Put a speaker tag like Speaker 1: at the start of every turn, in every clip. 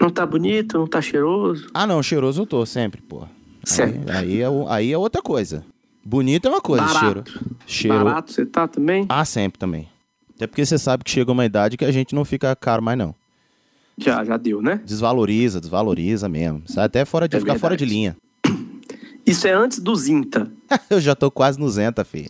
Speaker 1: Não tá bonito, não tá cheiroso.
Speaker 2: Ah, não, cheiroso eu tô sempre, porra.
Speaker 1: Certo.
Speaker 2: Aí, aí é, o- aí é outra coisa. Bonito é uma coisa, cheiro.
Speaker 1: Barato.
Speaker 2: Cheiro.
Speaker 1: Barato você tá também?
Speaker 2: Ah, sempre também. Até porque você sabe que chega uma idade que a gente não fica caro mais, não.
Speaker 1: Já, já deu, né?
Speaker 2: Desvaloriza, desvaloriza mesmo. Sai até fora de
Speaker 1: É
Speaker 2: ficar fora de
Speaker 1: verdade.
Speaker 2: linha.
Speaker 1: Isso é antes do Zinta.
Speaker 2: eu já tô quase no Zenta, filho.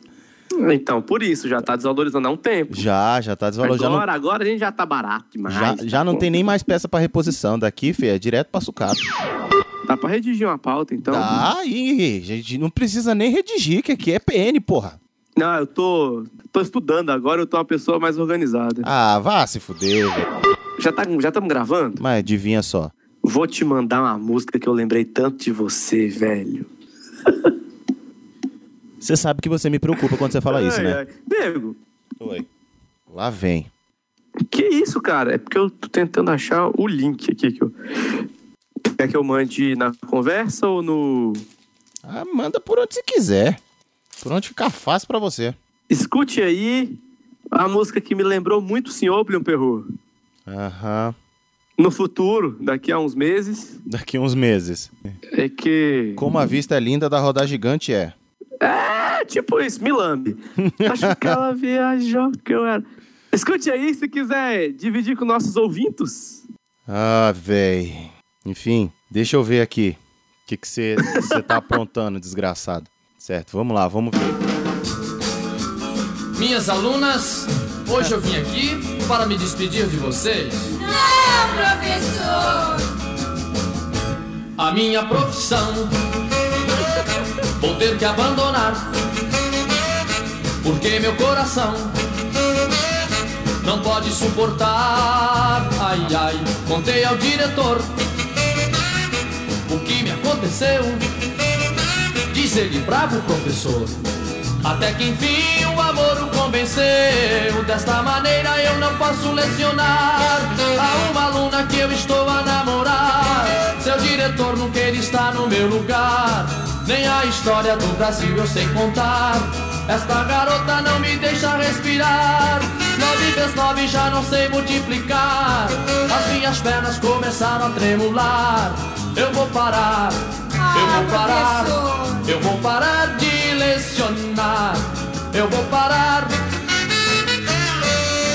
Speaker 1: Então, por isso, já tá desvalorizando há um tempo.
Speaker 2: Já, já tá desvalorizando.
Speaker 1: Agora, agora a gente já tá barato demais. tá
Speaker 2: Já, já não tem nem mais peça pra reposição. Daqui, Fê, é direto pra sucato.
Speaker 1: Então- Dá pra redigir uma pauta, então.
Speaker 2: Tá, e a gente não precisa nem redigir, que aqui é PN, porra.
Speaker 1: Não, eu tô. tô estudando agora, eu tô uma pessoa mais organizada.
Speaker 2: Ah, vá se fuder, velho.
Speaker 1: Já tá, já estamos gravando?
Speaker 2: Mas adivinha só.
Speaker 1: Vou te mandar uma música que eu lembrei tanto de você, velho.
Speaker 2: Você sabe que você me preocupa quando você fala isso,
Speaker 1: Ai,
Speaker 2: né?
Speaker 1: ai. Nego,
Speaker 2: Oi. Lá vem.
Speaker 1: que isso, cara? É porque eu tô tentando achar o link aqui que eu. Quer que eu mande na conversa ou no.
Speaker 2: Ah, manda por onde você quiser. Por onde ficar fácil pra você.
Speaker 1: Escute aí a música que me lembrou muito o senhor, Blium Perro.
Speaker 2: Aham.
Speaker 1: No futuro, daqui a uns meses,
Speaker 2: Daqui uns meses.
Speaker 1: é que.
Speaker 2: Como a vista é linda da rodar gigante é.
Speaker 1: É tipo isso, me lambe. Acho que ela viajou que eu era. Escute aí se quiser dividir com nossos ouvintes.
Speaker 2: Ah, véi. Enfim, deixa eu ver aqui. O que você tá aprontando, desgraçado. Certo, vamos lá, vamos ver.
Speaker 3: Minhas alunas, hoje eu vim aqui para me despedir de vocês.
Speaker 4: Não, professor!
Speaker 3: A minha profissão vou ter que abandonar, porque meu coração não pode suportar. Ai, ai, contei ao diretor o que me aconteceu. Diz ele bravo, professor. Até que enfim o amor o convenceu. Desta maneira eu não posso lecionar a uma aluna que eu estou a namorar. Seu diretor não quer estar no meu lugar. Nem a história do Brasil eu sei contar. Esta garota não me deixa respirar. Nove vezes nove já não sei multiplicar. As minhas pernas começaram a tremular. Eu vou parar, eu
Speaker 4: Ah,
Speaker 3: vou parar.
Speaker 4: professor.
Speaker 3: Eu vou parar de lecionar. Eu vou parar.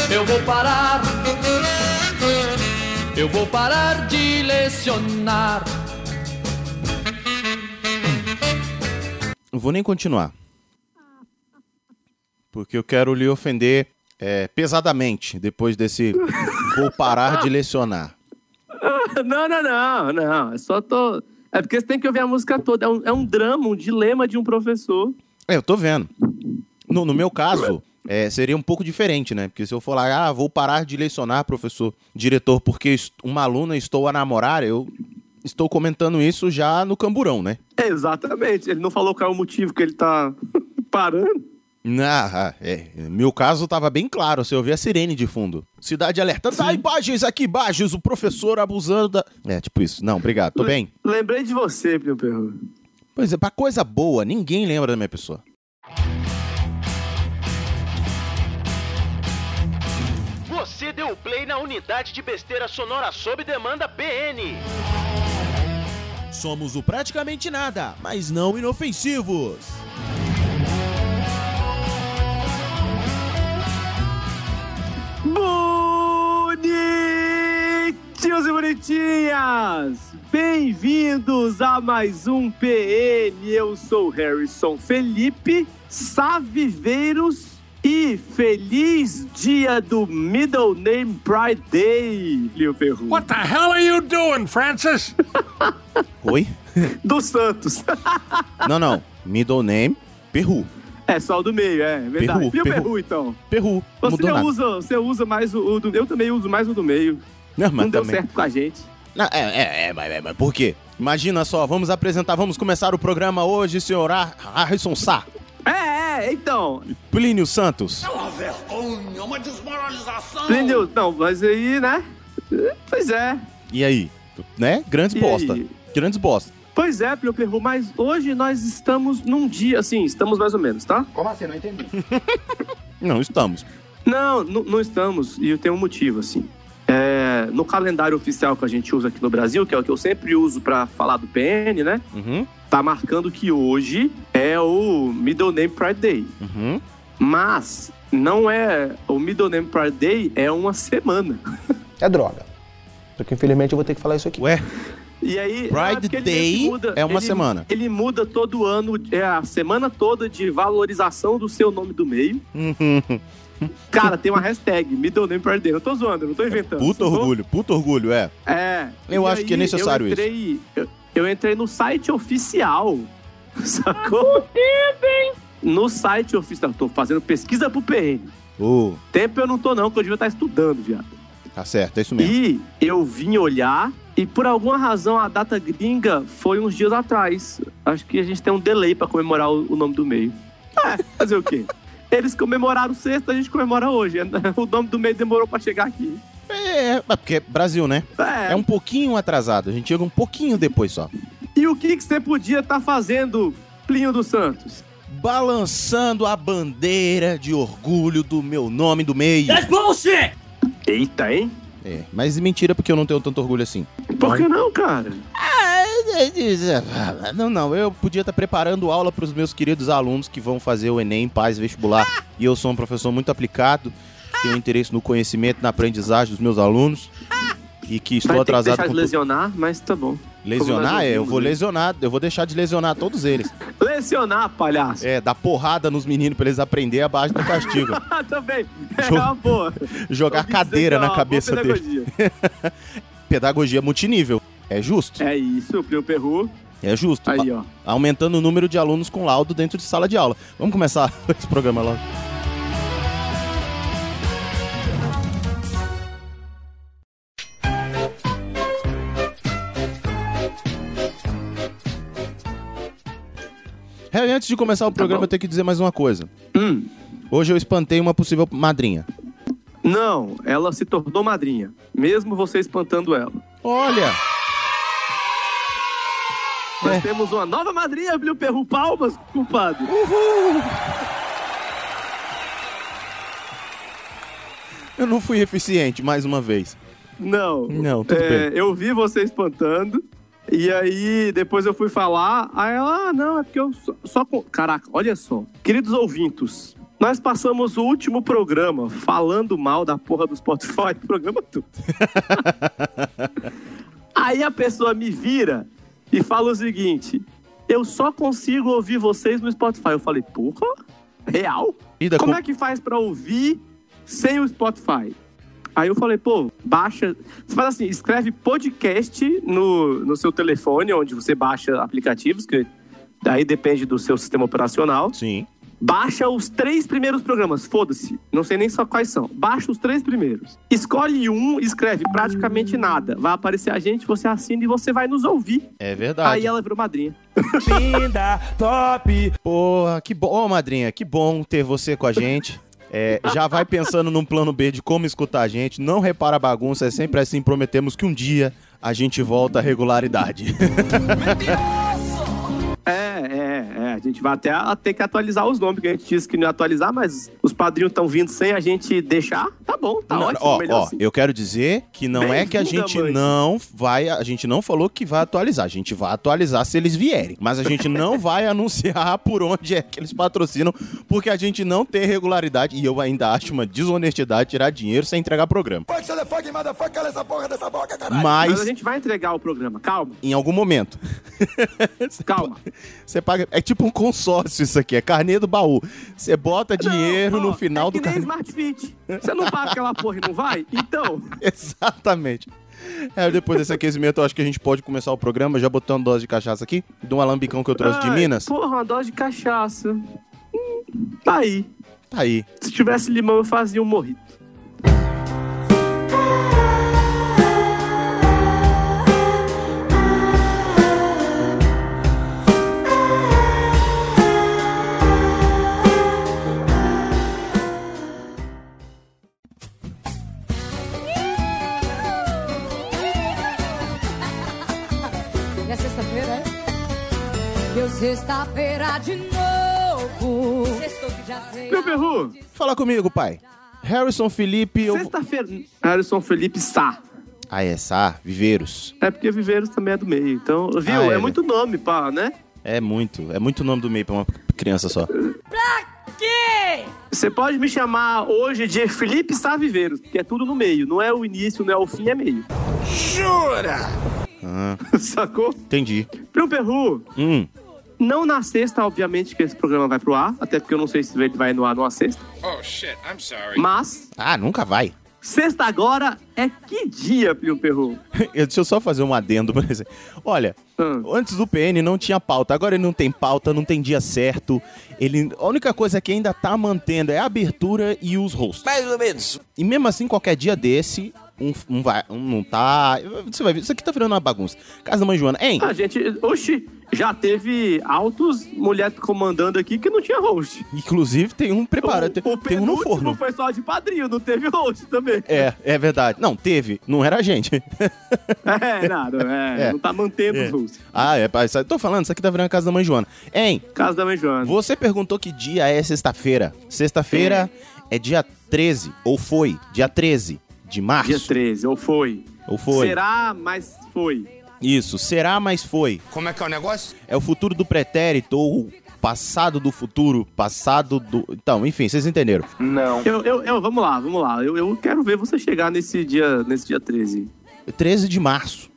Speaker 3: Eu vou parar. Eu vou parar de lecionar.
Speaker 2: Não vou nem continuar. Porque eu quero lhe ofender é, pesadamente depois desse. Vou parar de lecionar.
Speaker 1: Não, não, não, não. É só tô. É porque você tem que ouvir a música toda. É um, é um drama, um dilema de um professor.
Speaker 2: É, eu tô vendo. No, no meu caso, é, seria um pouco diferente, né? Porque se eu for lá, ah, vou parar de lecionar, professor, diretor, porque est- uma aluna estou a namorar, eu estou comentando isso já no camburão, né?
Speaker 1: É, Exatamente. Ele não falou qual é o motivo que ele tá parando.
Speaker 2: Ah, ah, é. Meu caso tava bem claro, você ouvia a sirene de fundo. Cidade alerta, tá imagens aqui, baixos, o professor abusando da... É, tipo isso. Não, obrigado, tô bem.
Speaker 1: Lembrei de você, meu perro.
Speaker 2: Pois é, pra coisa boa, ninguém lembra da minha pessoa.
Speaker 5: Você deu play na unidade de besteira sonora sob demanda PN.
Speaker 2: Somos o praticamente nada, mas não inofensivos.
Speaker 1: Bonitinhos e bonitinhas! Bem-vindos a mais um PN. Eu sou Harrison Felipe Saviveiros e feliz dia do Middle Name Pride Day, Lio Ferru.
Speaker 6: What the hell are you doing, Francis?
Speaker 2: Oi?
Speaker 1: Do Santos.
Speaker 2: Não, não. Middle name, Peru.
Speaker 1: É só o do meio, é verdade.
Speaker 2: Perru,
Speaker 1: e o
Speaker 2: Perru.
Speaker 1: Perru, então?
Speaker 2: Peru.
Speaker 1: Você
Speaker 2: mudou nada.
Speaker 1: usa, você usa mais o, o do Eu também uso mais o do meio.
Speaker 2: Não, mas
Speaker 1: Não deu
Speaker 2: também-
Speaker 1: certo com a gente.
Speaker 2: Não, é, é, é, mas, é, mas por quê? Imagina só, vamos apresentar, vamos começar o programa hoje, senhor Ar- Harrison Sá,
Speaker 1: É, é, então.
Speaker 2: Plínio Santos.
Speaker 1: Entendeu? Não, mas aí, né? Pois é.
Speaker 2: E aí? Né? Grandes
Speaker 1: E
Speaker 2: bosta.
Speaker 1: aí?
Speaker 2: Grandes bosta.
Speaker 1: Pois é, Plio Perru, mas hoje nós estamos num dia, assim, estamos mais ou menos, tá?
Speaker 2: Não, estamos.
Speaker 1: Não, n- não estamos, e tem um motivo, assim. É, no calendário oficial que a gente usa aqui no Brasil, que é o que eu sempre uso pra falar do PN, né?
Speaker 2: Uhum,
Speaker 1: Tá marcando que hoje é o Middle Name Pride Day.
Speaker 2: uhum.
Speaker 1: Mas não é. O Middle Name Pride Day é uma semana.
Speaker 7: É droga. Só que infelizmente eu vou ter que falar isso aqui.
Speaker 2: Ué,
Speaker 1: E aí.
Speaker 2: Pride
Speaker 1: é porque ele meio que
Speaker 2: Day é uma
Speaker 1: ele-
Speaker 2: semana.
Speaker 1: Ele muda todo ano, é a semana toda de valorização do seu nome do meio.
Speaker 2: Uhum.
Speaker 1: Cara, tem uma hashtag, Middle Name Pride Day. Eu tô zoando, eu não tô inventando.
Speaker 2: puta
Speaker 1: sacou?
Speaker 2: orgulho, puta orgulho, é.
Speaker 1: É.
Speaker 2: Eu acho que é necessário
Speaker 1: eu entrei, isso. Eu, eu entrei no site oficial. Sacou? No site oficial. Tô fazendo pesquisa pro PN.
Speaker 2: Ô,
Speaker 1: Tempo eu não tô, não, que eu devia estar estudando, viado.
Speaker 2: tá certo, é isso mesmo.
Speaker 1: E eu vim olhar, e por alguma razão a data gringa foi uns dias atrás. Acho que a gente tem um delay pra comemorar o, o nome do meio. É, fazer o quê? Eles comemoraram sexta, a gente comemora hoje. O nome do meio demorou pra chegar aqui.
Speaker 2: É, é, porque é Brasil, né?
Speaker 1: É,
Speaker 2: É um pouquinho atrasado, a gente chega um pouquinho depois só.
Speaker 1: e o que, que você podia estar fazendo, Plinho dos Santos?
Speaker 2: Balançando a bandeira de orgulho do meu nome do meio.
Speaker 1: Eita, hein?
Speaker 2: É, mas mentira, porque eu não tenho tanto orgulho assim.
Speaker 1: Por que não, cara?
Speaker 2: Não, não, eu podia estar preparando aula para os meus queridos alunos que vão fazer o Enem, Paz, Vestibular. E eu sou um professor muito aplicado, tenho interesse no conhecimento, na aprendizagem dos meus alunos. E que estou
Speaker 1: Vai ter que
Speaker 2: atrasado
Speaker 1: deixar de
Speaker 2: com tudo.
Speaker 1: lesionar, mas tá bom. Como
Speaker 2: Lesionar?
Speaker 1: nós
Speaker 2: É, eu
Speaker 1: ouvimos,
Speaker 2: vou
Speaker 1: né?
Speaker 2: lesionar, eu vou deixar de lesionar todos eles.
Speaker 1: Lesionar, palhaço.
Speaker 2: É, dar porrada nos meninos para eles aprenderem a base do castigo.
Speaker 1: Ah, também. É
Speaker 2: Jogo-
Speaker 1: uma boa.
Speaker 2: Jogar cadeira na cabeça
Speaker 1: dele.
Speaker 2: deles. Pedagogia multinível. É justo,
Speaker 1: É isso, Plinio Perru.
Speaker 2: é justo.
Speaker 1: Aí, ó.
Speaker 2: aumentando o número de alunos com laudo dentro de sala de aula. Vamos começar esse programa logo. É, antes de começar o programa,
Speaker 1: Tá bom.
Speaker 2: eu tenho que dizer mais uma coisa.
Speaker 1: Hum.
Speaker 2: Hoje eu espantei uma possível madrinha.
Speaker 1: Não, ela se tornou madrinha. Mesmo você espantando ela.
Speaker 2: Olha!
Speaker 1: Nós
Speaker 2: É.
Speaker 1: temos uma nova madrinha, Plinio Perru. Palmas, culpado.
Speaker 2: Eu não fui eficiente, mais uma vez.
Speaker 1: Não.
Speaker 2: Não, tudo
Speaker 1: É, Eu vi você espantando. E aí, depois eu fui falar, aí ela, ah, não, é porque eu só, só com... Caraca, olha só. Queridos ouvintos, nós passamos o último programa falando mal da porra do Spotify, do programa tudo. aí a pessoa me vira e fala o seguinte, eu só consigo ouvir vocês no Spotify. Eu falei, porra, real?
Speaker 2: Vida
Speaker 1: Como
Speaker 2: com-
Speaker 1: é que faz pra ouvir sem o Spotify? Aí eu falei, pô, baixa. Você faz assim, escreve podcast no, no seu telefone, onde você baixa aplicativos, que daí depende do seu sistema operacional.
Speaker 2: Sim.
Speaker 1: Baixa os três primeiros programas, foda-se. Não sei nem só quais são. Baixa os três primeiros. Escolhe um, escreve praticamente nada. Vai aparecer a gente, você assina e você vai nos ouvir.
Speaker 2: É verdade.
Speaker 1: Aí ela virou madrinha.
Speaker 2: Porra, que bom, Ô, madrinha, que bom ter você com a gente. É, já vai pensando num plano B de como escutar a gente. Não repara a bagunça, é sempre assim. Prometemos que um dia a gente volta à regularidade.
Speaker 1: É, é, é. A gente vai até a- ter que atualizar os nomes, que a gente disse que não ia atualizar, mas os padrinhos estão vindo sem a gente deixar. Tá bom, tá
Speaker 2: Não,
Speaker 1: ótimo.
Speaker 2: ó,
Speaker 1: melhor
Speaker 2: ó,
Speaker 1: assim.
Speaker 2: eu quero dizer que não é que a
Speaker 1: Bem-vinda,
Speaker 2: gente
Speaker 1: mãe.
Speaker 2: não vai, a gente não falou que vai atualizar. A gente vai atualizar se eles vierem, mas a gente não vai anunciar por onde é que eles patrocinam, porque a gente não tem regularidade e eu ainda acho uma desonestidade tirar dinheiro sem entregar programa.
Speaker 1: Mas a
Speaker 2: Mas
Speaker 1: gente vai entregar o programa, calma,
Speaker 2: em algum momento.
Speaker 1: calma.
Speaker 2: Você paga. É tipo um consórcio isso aqui, é carnê do baú. Você bota dinheiro
Speaker 1: Não, ó,
Speaker 2: no final
Speaker 1: é que
Speaker 2: do
Speaker 1: nem
Speaker 2: carnê.
Speaker 1: Smart Fit. Você não paga aquela porra e não vai? Então,
Speaker 2: Exatamente. É, depois desse aquecimento, eu acho que a gente pode começar o programa já botando dose de cachaça aqui, de um alambicão que eu trouxe de
Speaker 1: ai,
Speaker 2: Minas.
Speaker 1: Porra, uma dose de cachaça. Hum, Tá aí.
Speaker 2: Tá aí.
Speaker 1: Se tivesse limão, eu fazia um morrito.
Speaker 4: É sexta-feira, é? Deu sexta-feira de novo. Sextou que já sei.
Speaker 1: Meu perru,
Speaker 2: Fala comigo, pai. Harrison Felipe, eu.
Speaker 1: tá- sexta-feira, Harrison Felipe Sá.
Speaker 2: ASA, Viveiros.
Speaker 1: É porque Viveiros também é do meio. Então, viu?
Speaker 2: Ah, é,
Speaker 1: é,
Speaker 2: né?
Speaker 1: muito nome, pá, né?
Speaker 2: É muito, é muito nome do meio pra uma criança só.
Speaker 1: Você pode me chamar hoje de Felipe Sá Viveiros, porque é tudo no meio. Não é o início, não é o fim, é meio.
Speaker 2: Ah,
Speaker 1: Sacou?
Speaker 2: entendi.
Speaker 1: Pro Perru,
Speaker 2: Hum,
Speaker 1: não na sexta, obviamente, que esse programa vai pro ar. Até porque eu não sei se ele vai no ar numa sexta.
Speaker 8: Oh shit, I'm sorry.
Speaker 1: Mas,
Speaker 2: ah, nunca vai.
Speaker 1: sexta agora é que dia, Pio Perru?
Speaker 2: Eu- Deixa eu só fazer um adendo pra você. Olha,
Speaker 1: Hum.
Speaker 2: antes do PN não tinha pauta, agora ele não tem pauta, não tem dia certo. Ele, a única coisa que ainda tá mantendo é a abertura e os hosts. Mais ou menos. E mesmo assim, qualquer dia desse, um, um vai, um não tá. Você vai ver, isso aqui tá virando uma bagunça. Casa da mãe Joana, hein?
Speaker 1: A gente, oxi, já teve altos mulheres comandando aqui que não tinha host.
Speaker 2: Inclusive tem um preparado, tem,
Speaker 1: o
Speaker 2: tem um no
Speaker 1: penúltimo
Speaker 2: forno.
Speaker 1: foi só de padrinho, não teve host também.
Speaker 2: É, é verdade. Não, teve, não era a gente.
Speaker 1: É, nada, é,
Speaker 2: É.
Speaker 1: não tá mantendo
Speaker 2: É.
Speaker 1: os hosts.
Speaker 2: ah, é, pai, isso- tô falando, isso aqui tá virando a casa da mãe Joana. Hein?
Speaker 1: Casa da mãe Joana.
Speaker 2: Você perguntou que dia é sexta-feira. Sexta-feira é. dia 13, ou foi, dia 13 de março.
Speaker 1: Dia 13, ou foi?
Speaker 2: Ou foi.
Speaker 1: Será, mas foi.
Speaker 2: Isso, será, mas foi.
Speaker 8: Como é que é o negócio?
Speaker 2: É o futuro do pretérito, ou o passado do futuro, passado do... Então, enfim, vocês entenderam.
Speaker 1: Eu, eu, eu- vamos lá, vamos lá. Eu, eu quero ver você chegar nesse dia, nesse dia 13.
Speaker 2: 13 de março.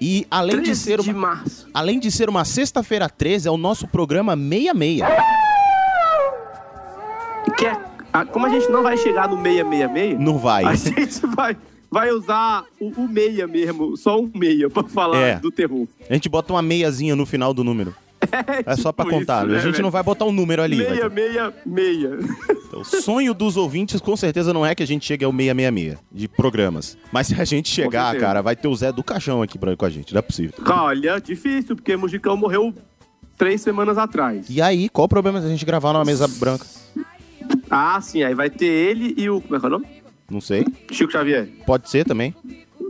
Speaker 2: E além
Speaker 1: 13
Speaker 2: de ser
Speaker 1: de
Speaker 2: uma...
Speaker 1: março.
Speaker 2: Além de ser uma sexta-feira 13, é o nosso programa 66.
Speaker 1: Que é, a- como a gente não vai chegar no 666,
Speaker 2: Não vai.
Speaker 1: a gente vai, vai usar o, o meia mesmo, só um meia, pra falar
Speaker 2: É.
Speaker 1: do terror.
Speaker 2: A gente bota uma meiazinha no final do número. É só pra
Speaker 1: tipo
Speaker 2: contar.
Speaker 1: isso, né,
Speaker 2: a gente
Speaker 1: velho?
Speaker 2: não vai botar um número ali. vai
Speaker 1: Meia,
Speaker 2: ter-
Speaker 1: meia, meia.
Speaker 2: O sonho dos ouvintes com certeza não é que a gente chegue ao 666 de programas. Mas se a gente chegar,
Speaker 1: certeza.
Speaker 2: cara, vai ter o Zé do Caixão aqui pra- com a gente. Não é possível.
Speaker 1: Olha, difícil, porque Mugicão morreu três semanas atrás.
Speaker 2: E aí, qual o problema da gente gravar numa mesa branca?
Speaker 1: Ah, sim, aí vai ter ele e o. Como é que é o nome?
Speaker 2: Não sei.
Speaker 1: Chico Xavier.
Speaker 2: Pode ser também.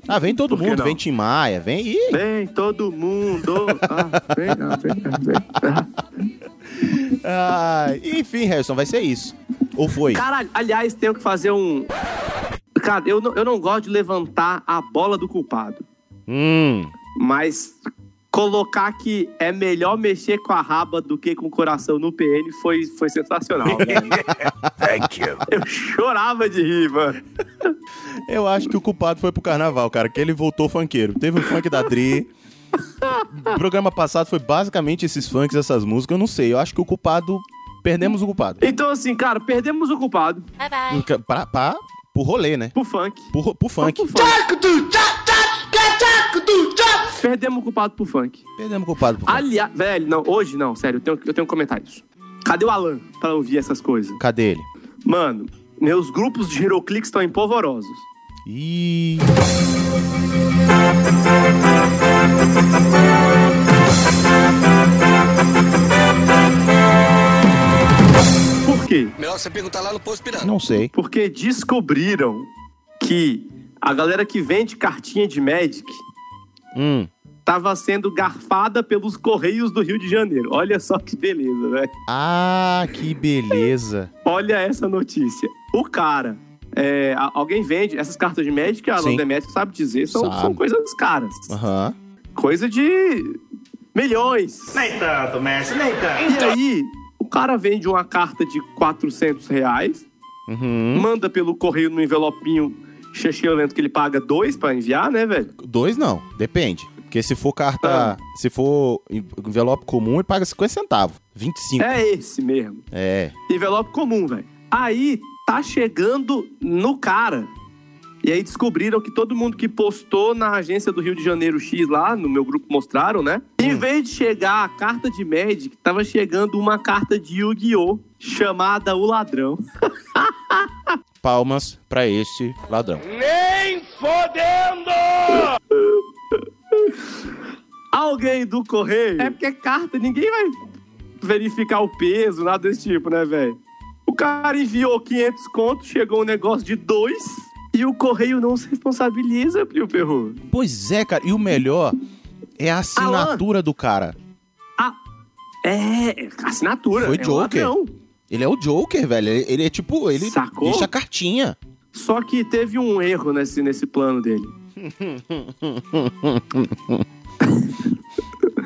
Speaker 2: Ah, vem todo
Speaker 1: Por que
Speaker 2: mundo.
Speaker 1: não?
Speaker 2: Vem Tim Maia, vem. Ih,
Speaker 1: Vem todo mundo. Ah, vem, ah, vem, ah, vem.
Speaker 2: Ah, enfim, Harrison, vai ser isso. Ou foi?
Speaker 1: Caralho, aliás, tenho que fazer um. Cara, eu não, eu não gosto de levantar a bola do culpado,
Speaker 2: Hum.
Speaker 1: mas colocar que é melhor mexer com a raba do que com o coração no PN foi, foi sensacional. velho.
Speaker 8: Thank you.
Speaker 1: eu chorava de rir, mano.
Speaker 2: Eu acho que o culpado foi pro carnaval, cara, que ele voltou funkeiro. Teve o funk da Dri. O programa passado foi basicamente esses funks, essas músicas. Eu não sei, eu acho que o culpado. Perdemos o culpado.
Speaker 1: Então, assim, cara, perdemos o culpado
Speaker 2: Pra, pra, pro rolê, né?
Speaker 1: pro funk.
Speaker 2: Pro, ro- pro funk.
Speaker 1: Pro funk. Perdemos o culpado pro funk.
Speaker 2: Perdemos o culpado pro funk.
Speaker 1: Aliás, velho, não, hoje não, sério, eu tenho, eu tenho que comentar isso. Cadê o Alan pra ouvir essas coisas?
Speaker 2: Cadê ele?
Speaker 1: Mano, meus grupos de Heroclix estão empolvorosos.
Speaker 2: Ih.
Speaker 1: Por quê?
Speaker 8: Melhor você perguntar lá no posto pirata.
Speaker 2: Não sei.
Speaker 1: Porque descobriram que a galera que vende cartinha de Magic
Speaker 2: Hum.
Speaker 1: tava sendo garfada pelos Correios do Rio de Janeiro. Olha só que beleza, velho.
Speaker 2: Ah, que beleza.
Speaker 1: Olha essa notícia. O cara. é, a- alguém vende essas cartas de Magic, a
Speaker 2: Sim.
Speaker 1: London Magic sabe dizer, são,
Speaker 2: Sabe.
Speaker 1: são coisas caras.
Speaker 2: Aham.
Speaker 1: Coisa de milhões.
Speaker 9: Nem tanto, mestre, nem tanto.
Speaker 1: E aí, o cara vende uma carta de 400 reais,
Speaker 2: Uhum.
Speaker 1: manda pelo correio no envelopinho lento que ele paga dois pra enviar, né, velho?
Speaker 2: Dois não, depende. Porque se for carta. Se for envelope comum, ele paga 50 centavos. 25.
Speaker 1: É esse mesmo.
Speaker 2: É.
Speaker 1: Envelope comum, velho. Aí, tá chegando no cara. E aí descobriram que todo mundo que postou na agência do Rio de Janeiro X lá, no meu grupo mostraram, né? Em vez de chegar a carta de Magic, tava chegando uma carta de Yu-Gi-Oh! chamada O Ladrão.
Speaker 2: Palmas pra esse ladrão.
Speaker 5: Nem fodendo!
Speaker 1: alguém do correio. É porque é carta, ninguém vai verificar o peso, nada desse tipo, né, velho? O cara enviou 500 contos, chegou um negócio de dois e o correio não se responsabiliza, Pio Perru.
Speaker 2: Pois é, cara. E o melhor é a assinatura do cara.
Speaker 1: Ah, É, assinatura.
Speaker 2: Foi
Speaker 1: é um
Speaker 2: Joker.
Speaker 1: ladrão.
Speaker 2: Ele é o Joker, velho. Ele, ele é tipo. Ele
Speaker 1: Sacou?
Speaker 2: deixa a cartinha.
Speaker 1: Só que teve um erro nesse, nesse plano dele.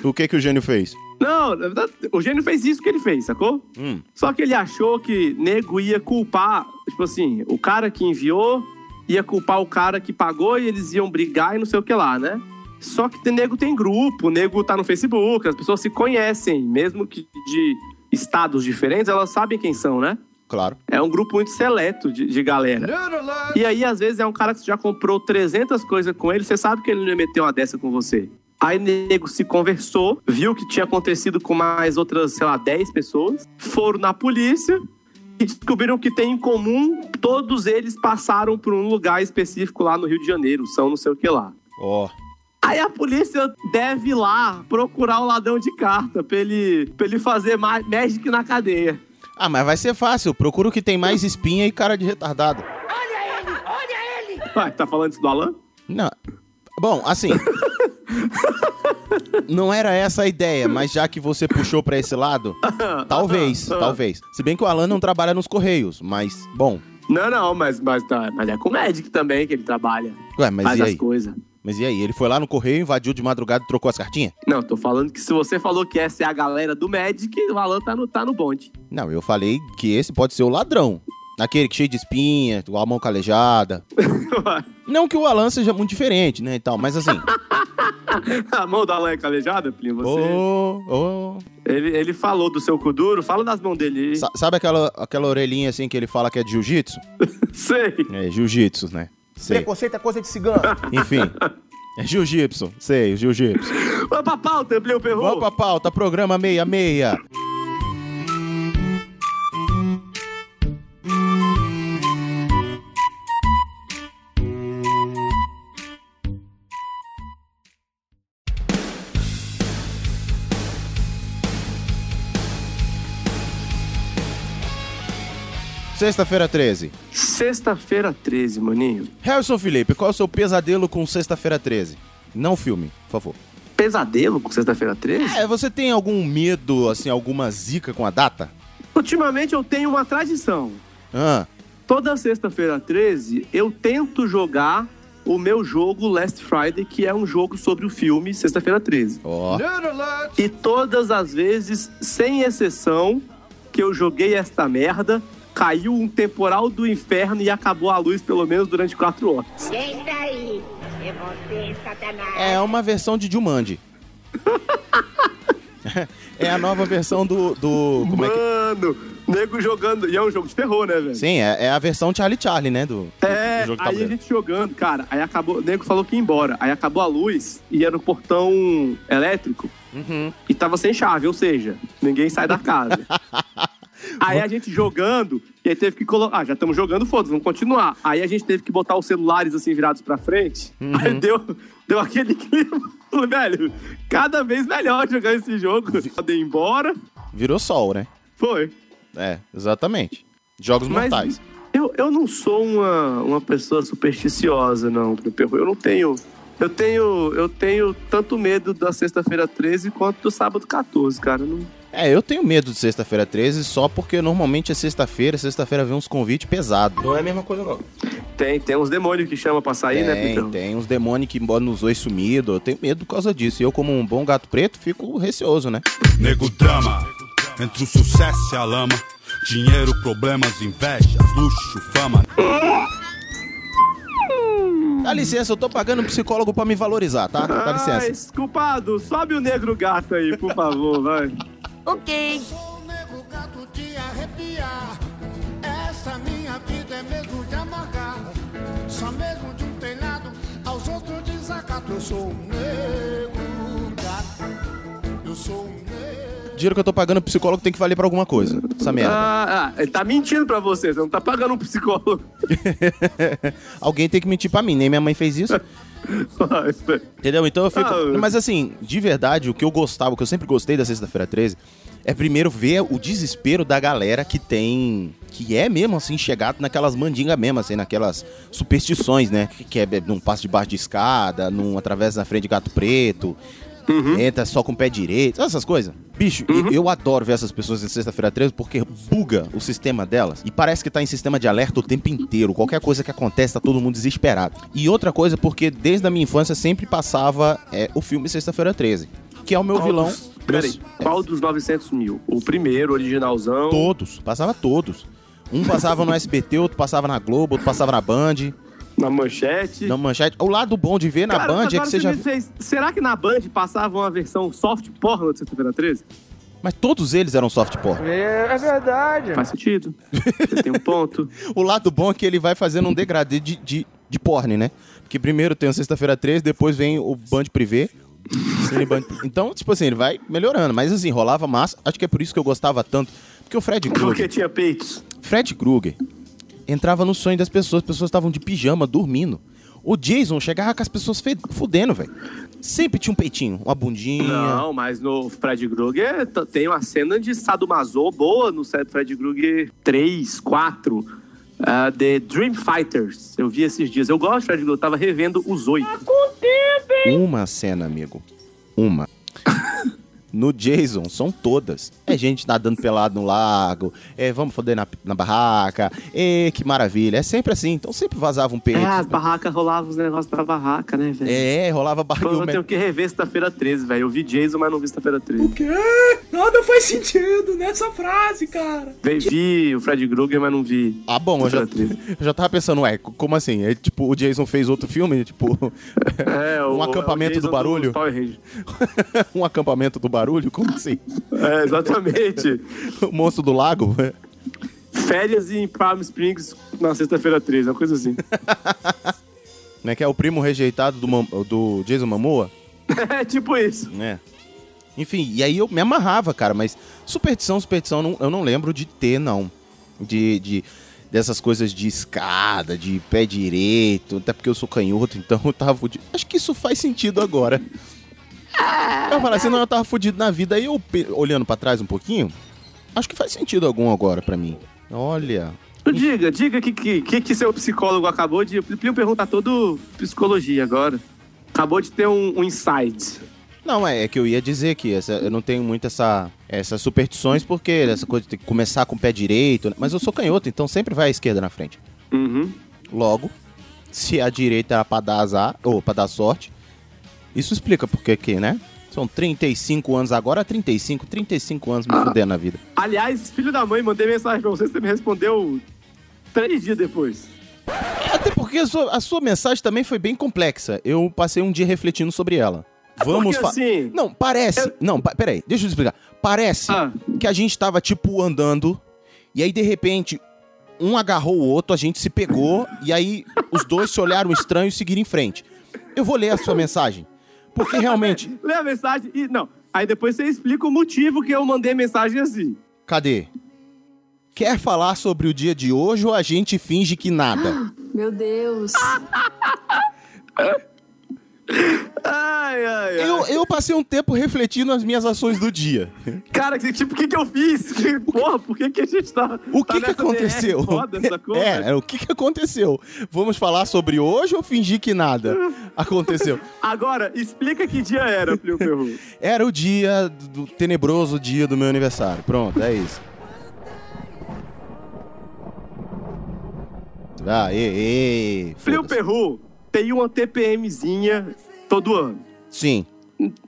Speaker 2: O que que o gênio fez?
Speaker 1: Não, na verdade, o gênio fez isso que ele fez, sacou?
Speaker 2: Hum.
Speaker 1: Só que ele achou que nego ia culpar, tipo assim, o cara que enviou ia culpar o cara que pagou e eles iam brigar e não sei o que lá, né? Só que tem- nego tem grupo, nego tá no Facebook, as pessoas se conhecem, mesmo que de estados diferentes, elas sabem quem são, né?
Speaker 2: Claro.
Speaker 1: É um grupo muito seleto de, de galera. E aí, às vezes, é um cara que você já comprou 300 coisas com ele, você sabe que ele não ia meter uma dessa com você. Aí, nego se conversou, viu o que tinha acontecido com mais outras, sei lá, 10 pessoas, foram na polícia e descobriram que tem em comum, todos eles passaram por um lugar específico lá no Rio de Janeiro, são não sei o que lá.
Speaker 2: Ó.
Speaker 1: Aí a polícia deve ir lá procurar o ladrão de carta pra ele, pra ele fazer ma- magic na cadeia.
Speaker 2: Ah, mas vai ser fácil. Procura o que tem mais espinha e cara de retardado.
Speaker 1: Ué, tá falando isso do Alan?
Speaker 2: Não. Bom, assim. não era essa a ideia, mas já que você puxou pra esse lado, talvez, talvez. Se bem que o Alan não trabalha nos correios, mas bom.
Speaker 1: Não, não, mas, mas, tá, mas é com o Magic também que ele trabalha.
Speaker 2: Ué, mas
Speaker 1: faz
Speaker 2: e
Speaker 1: as
Speaker 2: aí?
Speaker 1: coisas.
Speaker 2: Mas e aí? Ele foi lá no correio, invadiu de madrugada e trocou as cartinhas?
Speaker 1: Não, tô falando que se você falou que essa é a galera do Magic, o Alan tá no, tá no bonde.
Speaker 2: Não, eu falei que esse pode ser o ladrão. Aquele que cheio de espinha, com a mão calejada. Não que o Alan seja muito diferente, né, e tal, mas assim...
Speaker 1: a mão do Alan é calejada, Plim? Você...
Speaker 2: Ô, ô.
Speaker 1: Ele, ele falou do seu cu duro, fala das mãos dele. aí.
Speaker 2: Sa- Sabe aquela, aquela orelhinha assim que ele fala que é de jiu-jitsu?
Speaker 1: Sei.
Speaker 2: É, jiu-jitsu, né? Sei.
Speaker 7: Preconceito é coisa de cigano.
Speaker 2: Enfim. É jiu-jitsu, sei, jiu-jitsu.
Speaker 1: Vamos pra pauta, Plim, o Perru.
Speaker 2: Vamos pra pauta, programa 66. Sexta-feira 13.
Speaker 1: Sexta-feira 13, maninho.
Speaker 2: Harrison Felipe, qual é o seu pesadelo com Sexta-feira 13? Não filme, por favor.
Speaker 1: Pesadelo com sexta-feira 13?
Speaker 2: É, você tem algum medo, assim, alguma zica com a data?
Speaker 1: Ultimamente eu tenho uma tradição.
Speaker 2: Ah,
Speaker 1: Toda sexta-feira 13, eu tento jogar o meu jogo Last Friday, que é um jogo sobre o filme Sexta-feira 13.
Speaker 2: ó.
Speaker 1: E todas as vezes, sem exceção, que eu joguei esta merda, caiu um temporal do inferno e acabou a luz pelo menos durante quatro horas.
Speaker 10: Quem tá aí? É você, Satanás.
Speaker 2: É uma versão de Jumanji. é a nova versão do. do como é que...
Speaker 1: Mano, nego jogando. E é um jogo de terror, né, velho?
Speaker 2: Sim, é, é a versão Charlie Charlie, né? Do,
Speaker 1: É,
Speaker 2: do jogo de
Speaker 1: aí a
Speaker 2: tabuleiro.
Speaker 1: gente jogando, cara. Aí acabou. O nego falou que ia embora. Aí acabou a luz e era um portão elétrico. E tava sem chave, ou seja, ninguém sai da casa. aí a gente jogando, e aí teve que colocar. Ah, já estamos jogando, foda-se, vamos continuar. Aí a gente teve que botar os celulares assim virados pra frente. Aí deu, deu aquele clima. Falei, Velho, cada vez melhor jogar esse jogo. Poder ir embora.
Speaker 2: Virou sol, né?
Speaker 1: Foi.
Speaker 2: É, exatamente. Jogos mortais.
Speaker 1: Eu, eu não sou uma, uma pessoa supersticiosa, não, meu perro. Eu não tenho. Eu tenho. Eu tenho tanto medo da sexta-feira 13 quanto do sábado 14, cara. Não-
Speaker 2: É, eu tenho medo de sexta-feira 13 só porque normalmente é sexta-feira, sexta-feira vem uns convites pesados.
Speaker 7: Não é a mesma coisa, não.
Speaker 1: Tem, tem uns demônios que chama pra sair, né,
Speaker 2: tem,
Speaker 1: Pedro?
Speaker 2: tem uns demônios que moram nos dois sumidos. Eu tenho medo por causa disso. E eu, como um bom gato preto, fico receoso, né?
Speaker 11: Nego drama, entre o sucesso e a lama. Dinheiro, problemas, invejas, luxo, fama.
Speaker 2: Dá licença, eu tô pagando um psicólogo pra me valorizar, tá? Dá
Speaker 1: Ah,
Speaker 2: licença.
Speaker 1: esculpado, sobe o negro gato aí, por favor, vai.
Speaker 10: Ok.
Speaker 2: Dinheiro que eu tô pagando pro psicólogo tem que valer pra alguma coisa. Essa merda.
Speaker 1: Ah, ah, ele tá mentindo pra você, você não tá pagando um psicólogo.
Speaker 2: né? Alguém tem que mentir pra mim, nem minha mãe fez isso.
Speaker 1: Vai, vai.
Speaker 2: Entendeu? Então eu fico.
Speaker 1: Ah,
Speaker 2: Mas assim, de verdade, o que eu gostava, o que eu sempre gostei da sexta-feira 13, é primeiro ver o desespero da galera que tem. Que é mesmo assim, chegado naquelas mandingas mesmo, assim, naquelas superstições, né? Que- Que é num passo debaixo de
Speaker 1: Uhum.
Speaker 2: escada, num através na frente de gato preto, entra só com o pé direito, essas coisas. Bicho, e eu adoro ver essas pessoas em sexta-feira 13 porque buga o sistema delas e parece que tá em sistema de alerta o tempo inteiro. Qualquer coisa que acontece, tá todo mundo desesperado. E outra coisa, porque desde a minha infância sempre passava é, o filme Sexta-feira 13, que é o meu
Speaker 1: Qual
Speaker 2: vilão.
Speaker 1: dos- Peraí, qual dos 900 mil? O primeiro, originalzão.
Speaker 2: Todos, passava todos. Um passava no SBT, outro passava na Globo, outro passava na Band.
Speaker 1: Na manchete.
Speaker 2: Na manchete. O lado bom de ver na
Speaker 1: Cara,
Speaker 2: Band é
Speaker 1: agora
Speaker 2: que você já.
Speaker 1: me fez- Será que na Band passava uma versão soft porno de sexta-feira 13?
Speaker 2: Mas todos eles eram soft porn.
Speaker 1: É, verdade. Faz sentido. Você tem um ponto.
Speaker 2: O lado bom é que ele vai fazendo um degradê de, de, de porn, né? Porque primeiro tem o Sexta-feira 13, depois vem o Band Privé. Cine Band- Então, tipo assim, ele vai melhorando. Mas assim, rolava massa. Acho que é por isso que eu gostava tanto. Porque o Fred Krueger...
Speaker 1: Porque tinha peitos.
Speaker 2: Fred Krueger entrava no sonho das pessoas. As pessoas estavam de pijama, dormindo. O Jason chegava com as pessoas fe- fudendo, velho. Sempre tinha um peitinho, uma bundinha.
Speaker 1: Não, mas no Fred Krueger t- tem uma cena de sadomaso boa no set Fred Krueger 3, 4. ah, The Dream Fighters. Eu vi esses dias. Eu gosto de Fred Krueger. Eu tava revendo os oito.
Speaker 2: Uma cena, amigo. Uma. No Jason, são todas. É gente nadando pelado no lago, é vamos foder na, na barraca, e que maravilha. É sempre assim, então sempre vazava um peito.
Speaker 1: É, as barracas rolavam os negócios pra barraca, né, velho?
Speaker 2: É, rolava
Speaker 1: Pô,
Speaker 2: barril.
Speaker 1: eu tenho que rever sexta-feira 13, velho. Eu vi Jason, mas não vi sexta-feira 13.
Speaker 12: quê? Nada faz sentido nessa frase, cara.
Speaker 1: Vi- Vi o Fred Krueger, mas não vi.
Speaker 2: Ah, bom, eu já, eu já tava pensando, ué, c- como assim? É, tipo, o Jason fez outro filme, tipo,
Speaker 1: É,
Speaker 2: um
Speaker 1: o- é
Speaker 2: acampamento
Speaker 1: o
Speaker 2: do
Speaker 1: Jason
Speaker 2: barulho?
Speaker 1: dos Power Rangers.
Speaker 2: um acampamento do barulho? Como assim?
Speaker 1: É, exatamente.
Speaker 2: o monstro do lago? É,
Speaker 1: Férias em Palm Springs na sexta-feira 13, uma coisa assim.
Speaker 2: Né, que é o primo rejeitado do, Mam- do Jason Momoa?
Speaker 1: É tipo isso.
Speaker 2: né? Enfim, e aí eu me amarrava, cara, mas superstição, superstição, eu não- eu não lembro de ter, não. De, de- dessas coisas de escada, de pé direito, até porque eu sou canhoto, então eu tava fudido. Acho que isso faz sentido agora. Eu falei assim, não, eu tava fudido na vida, aí eu pe- olhando pra trás um pouquinho, acho que faz sentido algum agora pra mim. Olha,
Speaker 1: Diga, diga que, que, que, que seu psicólogo acabou de. Plio pergunta todo psicologia agora. Acabou de ter um, um insight.
Speaker 2: Não, é, é que eu ia dizer que essa- eu não tenho muito essa, essas superstições, porque essa coisa de ter que começar com o pé direito. né? Mas eu sou canhoto, então sempre vai a esquerda na frente.
Speaker 1: Uhum.
Speaker 2: Logo, se a direita era pra dar azar, ou pra dar sorte, isso explica porque que, né? São 35 anos agora, 35, 35 anos me fudendo na vida.
Speaker 1: Aliás, filho da mãe, mandei mensagem pra você, você me respondeu três dias depois.
Speaker 2: Até porque a sua, a sua mensagem também foi bem complexa. Eu passei um dia refletindo sobre ela. Vamos
Speaker 1: porque,
Speaker 2: fa-
Speaker 1: assim,
Speaker 2: Não, parece. Não, pa- peraí, deixa eu te explicar. Parece que a gente tava, tipo, andando, e aí, de repente, um agarrou o outro, a gente se pegou, e aí os dois se olharam estranho e seguiram em frente. Eu vou ler a sua mensagem. Porque realmente.
Speaker 1: Lê a mensagem e. Não. Aí depois você explica o motivo que eu mandei mensagem assim.
Speaker 2: Cadê? Quer falar sobre o dia de hoje ou a gente finge que nada?
Speaker 13: Meu Deus.
Speaker 2: Eu, eu passei um tempo refletindo as minhas ações do dia.
Speaker 1: Cara, que- tipo, o que, que eu fiz? Que, porra, por que, que a gente tá.
Speaker 2: O
Speaker 1: tá
Speaker 2: que, que
Speaker 1: nessa DR
Speaker 2: aconteceu?
Speaker 1: Foda, sacou?
Speaker 2: é, é, o que, que aconteceu? Vamos falar sobre hoje ou fingir que nada aconteceu?
Speaker 1: Agora, explica que dia era, Plio Perru.
Speaker 2: Era o dia do tenebroso dia do meu aniversário. Pronto, é isso. Ah, ei, ei.
Speaker 1: Plio Perru tem uma TPMzinha todo ano.
Speaker 2: Sim.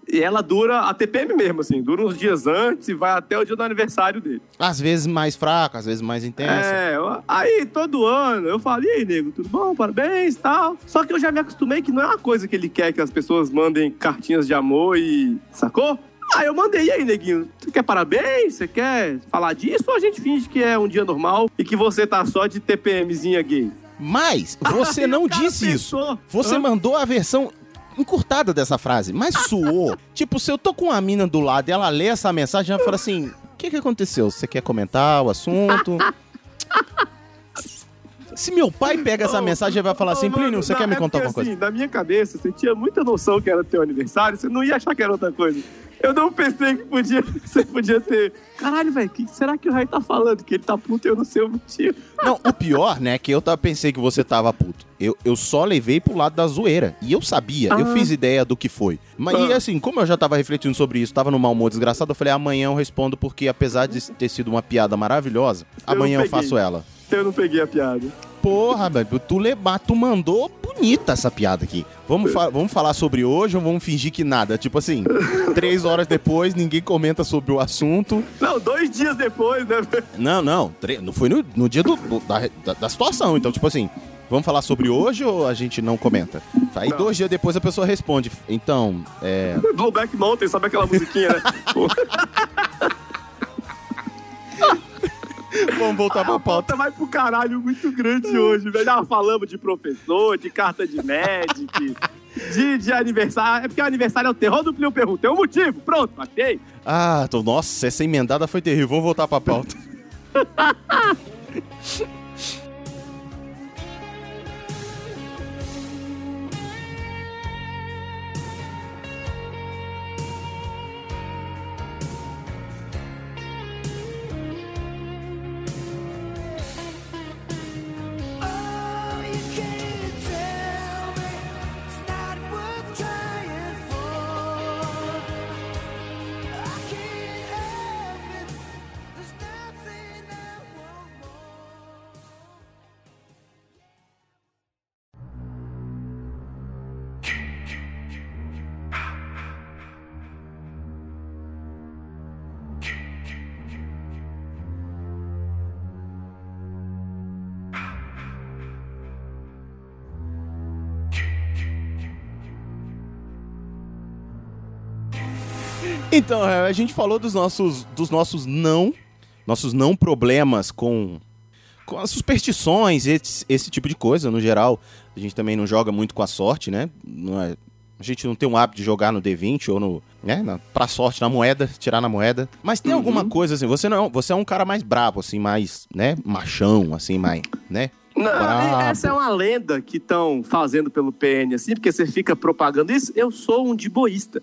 Speaker 1: E ela dura a TPM mesmo, assim, dura uns dias antes e vai até o dia do aniversário dele.
Speaker 2: Às vezes mais fraca, às vezes mais intensa.
Speaker 1: É, aí todo ano eu falo, e aí, nego, tudo bom? Parabéns e tal. Só que eu já me acostumei que não é uma coisa que ele quer que as pessoas mandem cartinhas de amor e. sacou? Aí eu mandei, e aí, neguinho, você quer parabéns? Você quer falar disso? Ou a gente finge que é um dia normal e que você tá só de TPMzinha gay?
Speaker 2: Mas você não disse isso. Você mandou a versão encurtada dessa frase, mas suou. tipo, se eu tô com a mina do lado e ela lê essa mensagem, ela fala assim: o que, que aconteceu? Você quer comentar o assunto? se meu pai pega
Speaker 1: Oh,
Speaker 2: essa mensagem, ele vai falar assim: Plínio, você
Speaker 1: é
Speaker 2: quer me contar alguma coisa?
Speaker 1: Assim, na minha cabeça, você tinha muita noção que era teu aniversário, você não ia achar que era outra coisa. Eu não pensei que podia, você podia ter. Caralho, velho, o que será que o Ray tá falando? Que ele tá puto e eu não sei o motivo.
Speaker 2: Não, o pior, né, que eu tava, pensei que você tava puto. Eu, eu só levei pro lado da zoeira. E eu sabia, eu
Speaker 1: Ah.
Speaker 2: fiz ideia do que foi. Mas e assim, como eu já tava refletindo sobre isso, tava no mau humor desgraçado, eu falei, amanhã eu respondo, porque apesar de ter sido uma piada maravilhosa,
Speaker 1: Eu
Speaker 2: amanhã eu
Speaker 1: peguei.
Speaker 2: faço ela.
Speaker 1: Então, Eu não peguei a piada.
Speaker 2: Porra, velho, tu, le- tu mandou bonita essa piada aqui. Vamos, fa- vamos falar sobre hoje ou vamos fingir que nada? Tipo assim, três horas depois, ninguém comenta sobre o assunto.
Speaker 1: Não, dois dias depois, né? velho?
Speaker 2: Não, não. tre- Não foi no, no dia do- do- da, da- da situação. Então, tipo assim, vamos falar sobre hoje ou a gente não comenta? Aí dois dias depois a pessoa responde. Então, é.
Speaker 1: Blowback Mountain, sabe aquela musiquinha, né?
Speaker 2: Vamos voltar pra pauta.
Speaker 1: vai pro caralho muito grande hoje, velho. Já falamos de professor, de carta de médico, de, de aniversário. É porque o aniversário é o terror do Plio Perru. Tem um motivo. Pronto, matei.
Speaker 2: Ah, tô, nossa, essa emendada foi terrível. Vamos voltar pra pauta. Então, é, a gente falou dos nossos, dos nossos não, nossos não problemas com, com as superstições, esse, esse tipo de coisa. No geral, a gente também não joga muito com a sorte, né? Não é- a gente não tem um hábito de jogar no D20 ou no, né, na, pra sorte, na moeda, tirar na moeda. Mas tem alguma coisa assim, você não, é um- você é um cara mais bravo assim, mais, né, machão assim, mais, né?
Speaker 1: Não,
Speaker 2: Brabo.
Speaker 1: essa é uma lenda que estão fazendo pelo PN, assim, porque você fica propagando isso. Eu sou um diboísta.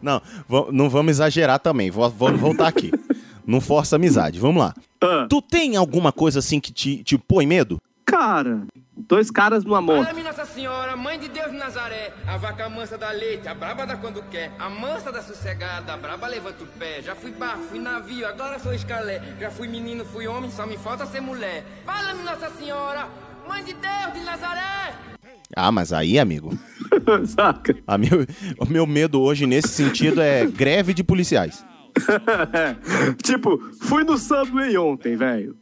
Speaker 2: não, va- não vamos exagerar também. vo- Vamos voltar aqui. não força a amizade. Vamos lá.
Speaker 1: Ah.
Speaker 2: Tu tem alguma coisa assim que te, te põe medo?
Speaker 1: Cara, dois caras numa moto.
Speaker 13: Para-me, Nossa Senhora, Mãe de Deus de Nazaré, a vaca mansa da leite, a braba da quando quer, a mansa da sossegada, a braba levanta o pé. Já fui barco, fui navio, agora sou escalé. Já fui menino, fui homem, só me falta ser mulher. Fala-me, Nossa Senhora, Mãe de Deus de Nazaré.
Speaker 2: Ah, mas aí, amigo. Saca. A meu, o meu medo hoje nesse sentido é greve de policiais.
Speaker 1: tipo, fui no Subway ontem, velho.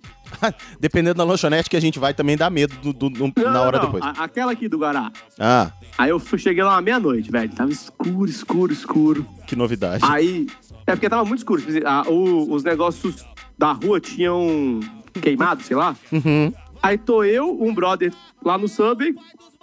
Speaker 2: Dependendo da lanchonete que a gente vai, também dá medo do- do- do- na hora
Speaker 1: Não,
Speaker 2: depois.
Speaker 1: a- aquela aqui do Guará.
Speaker 2: Ah,
Speaker 1: Aí eu fui- cheguei lá à meia-noite, velho. Tava escuro, escuro, escuro.
Speaker 2: que novidade.
Speaker 1: Aí. É porque tava muito escuro. Tipo assim, a- o- os negócios da rua tinham queimado, sei lá.
Speaker 2: Uhum.
Speaker 1: Aí tô eu, um brother lá no Subway,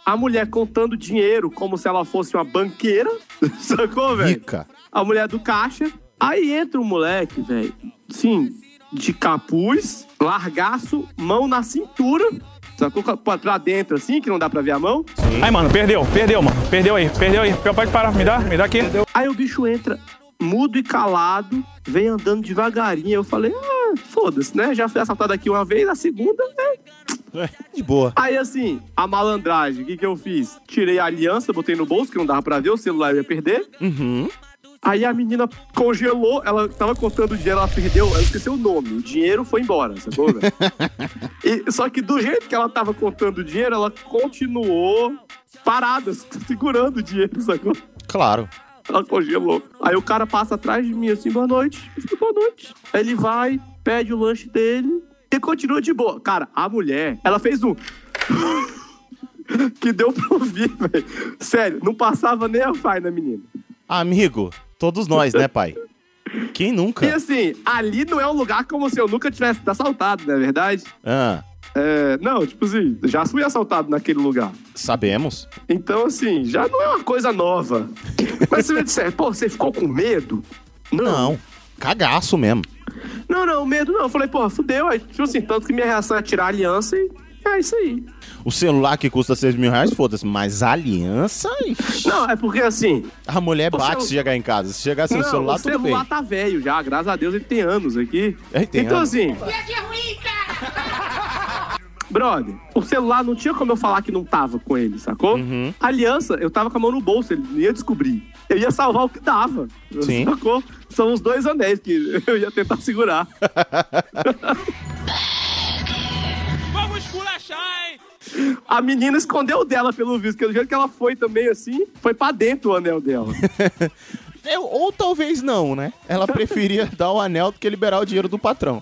Speaker 1: a mulher contando dinheiro como se ela fosse uma banqueira. Sacou, velho?
Speaker 2: Rica.
Speaker 1: A mulher do caixa. Aí entra um moleque, velho, sim, de capuz, largaço, mão na cintura. Sacou? Pra, pra dentro, assim, que não dá pra ver a mão.
Speaker 14: Aí, mano, perdeu, perdeu, mano. Perdeu aí, perdeu aí. Pior, pode parar, me dá, me dá aqui.
Speaker 1: Aí o bicho entra mudo e calado, vem andando devagarinho. Eu falei, ah, foda-se, né? Já fui assaltado aqui uma vez, a segunda, né?
Speaker 2: De boa.
Speaker 1: Aí assim, a malandragem, o que, que eu fiz? Tirei a aliança, botei no bolso, que não dava pra ver, o celular eu ia perder.
Speaker 2: Uhum.
Speaker 1: Aí a menina congelou, ela tava contando o dinheiro, ela perdeu, ela esqueceu o nome, o dinheiro foi embora, sacou? velho? e, só que do jeito que ela tava contando o dinheiro, ela continuou parada, segurando o dinheiro, sacou?
Speaker 2: Claro.
Speaker 1: Ela congelou. Aí o cara passa atrás de mim assim, boa noite. Eu digo, boa noite. Aí Ele vai, pede o lanche dele e continua de boa. Cara, a mulher, ela fez um. que deu pra ouvir, velho. Sério, não passava nem a vai na menina.
Speaker 2: Amigo, todos nós, né, pai? Quem
Speaker 1: E
Speaker 2: nunca?
Speaker 1: assim, ali não é um lugar como se eu nunca tivesse sido assaltado, não é verdade?
Speaker 2: Ah,
Speaker 1: É, não, tipo assim, já fui assaltado naquele lugar.
Speaker 2: sabemos.
Speaker 1: Então, assim, já não é uma coisa nova. Mas se me disser, pô, você ficou com medo?
Speaker 2: Não. Cagaço mesmo.
Speaker 1: Não, não, medo não. Eu falei, pô, fudeu. Aí, tipo assim, tanto que minha reação é tirar a aliança e é isso aí.
Speaker 2: O celular que custa 6 mil reais, foda-se. Mas a aliança?
Speaker 1: Não, é porque assim.
Speaker 2: A mulher
Speaker 1: o
Speaker 2: bate
Speaker 1: celu-
Speaker 2: se chegar em casa. Se chegar sem
Speaker 1: não,
Speaker 2: o celular,
Speaker 1: o
Speaker 2: tudo
Speaker 1: celular
Speaker 2: bem. É,
Speaker 1: tá velho já, graças a Deus ele tem anos aqui.
Speaker 2: tem
Speaker 1: então
Speaker 2: anos.
Speaker 1: assim, brother, o celular não tinha como eu falar que não tava com ele, sacou? A aliança, eu tava com a mão no bolso, ele não ia descobrir. Eu ia salvar o que dava,
Speaker 2: Sim.
Speaker 1: sacou? São os dois anéis que eu ia tentar segurar.
Speaker 15: Vamos esculachar, hein?
Speaker 1: A menina escondeu o dela pelo visto, que do jeito que ela foi também assim, foi pra dentro o anel dela.
Speaker 2: Eu- É, ou talvez não, né? Ela preferia dar o anel do que liberar o dinheiro do patrão.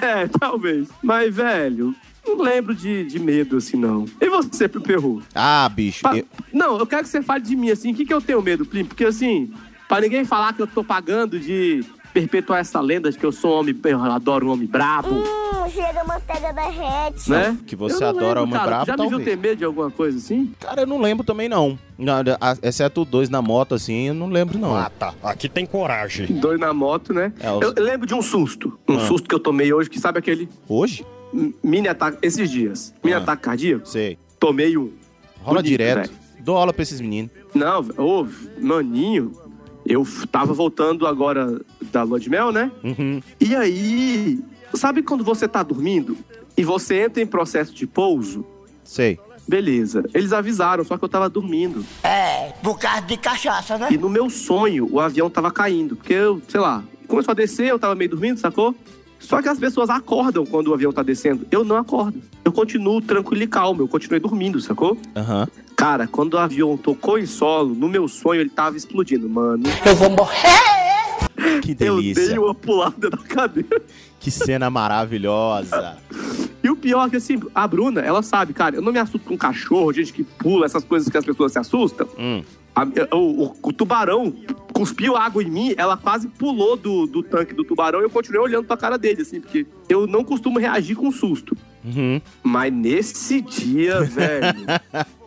Speaker 1: É, talvez. Mas, velho, não lembro de, de medo assim, não. E você, Perru?
Speaker 2: Ah, bicho. eu-
Speaker 1: Não, eu quero que você fale de mim, assim, o que, que eu tenho medo, Plim? Porque, assim, pra ninguém falar que eu tô pagando de perpetuar essa lenda de que eu sou um homem, eu adoro um homem brabo,
Speaker 10: Hum, cheira manteiga derrete.
Speaker 1: né?
Speaker 2: Que você
Speaker 1: Eu não
Speaker 2: adora
Speaker 1: lembro,
Speaker 2: homem
Speaker 1: cara.
Speaker 2: brabo,
Speaker 1: Já me viu
Speaker 2: talvez.
Speaker 1: ter medo de alguma coisa assim?
Speaker 2: Cara, eu não lembro também, não. Nada, a- Exceto o dois na moto, assim, eu não lembro, não. Ah,
Speaker 1: tá.
Speaker 2: Aqui tem coragem.
Speaker 1: Dois na moto, né?
Speaker 2: É, os-
Speaker 1: Eu lembro de um susto. Um
Speaker 2: Ah.
Speaker 1: susto que eu tomei hoje, que sabe aquele...
Speaker 2: Hoje?
Speaker 1: M- Mini ataque, esses dias. Mini ataque cardíaco.
Speaker 2: Sei.
Speaker 1: Tomei um.
Speaker 2: Ah. Rola
Speaker 1: Bonito,
Speaker 2: direto.
Speaker 1: velho.
Speaker 2: Dou aula pra esses meninos.
Speaker 1: Não, v- ô, maninho, eu f- tava voltando agora da lua de mel, né? E aí, sabe quando você tá dormindo e você entra em processo de pouso?
Speaker 2: Sei.
Speaker 1: Beleza. Eles avisaram, só que eu tava dormindo. É, por causa de cachaça, né? E no meu sonho, o avião tava caindo. Porque eu, sei lá, começou a descer, eu tava meio dormindo, sacou? Só que as pessoas acordam quando o avião tá descendo. Eu não acordo. Eu continuo tranquilo e calmo, eu continuei dormindo, sacou?
Speaker 2: Aham.
Speaker 1: Cara, quando o avião tocou em solo, no meu sonho ele tava explodindo, mano.
Speaker 2: Eu vou morrer! Que
Speaker 1: Eu
Speaker 2: delícia.
Speaker 1: dei uma pulada na cadeira.
Speaker 2: Que cena maravilhosa.
Speaker 1: E o pior é que, assim, a Bruna, ela sabe, cara, eu não me assusto com cachorro, gente que pula, essas coisas que as pessoas se assustam. A- o, o- o tubarão cuspiu água em mim, ela quase pulou do, do tanque do tubarão e eu continuei olhando pra cara dele, assim, porque eu não costumo reagir com susto.
Speaker 2: Uhum.
Speaker 1: Mas nesse dia, velho.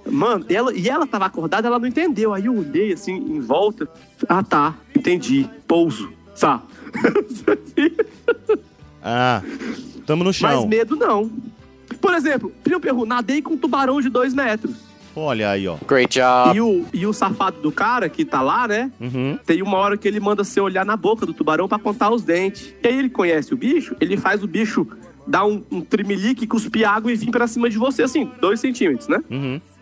Speaker 1: Mano, ela, e ela tava acordada, ela não entendeu. Aí eu olhei assim em volta. Ah, tá. Entendi. Pouso. Assim, Tá.
Speaker 2: Ah, tamo no
Speaker 1: Mas
Speaker 2: chão.
Speaker 1: medo não. Por exemplo, Prio Perru, nadei com um tubarão de dois metros.
Speaker 2: Olha aí, ó.
Speaker 1: Great
Speaker 3: Ah.
Speaker 1: job. E o, e o safado do cara que tá lá, né?
Speaker 2: Uhum.
Speaker 1: Tem uma hora que ele manda você olhar na boca do tubarão pra contar os dentes. E aí ele conhece o bicho, ele faz o bicho dar um, um trimelique, cuspir água e vir pra cima de você, assim, dois centímetros, né?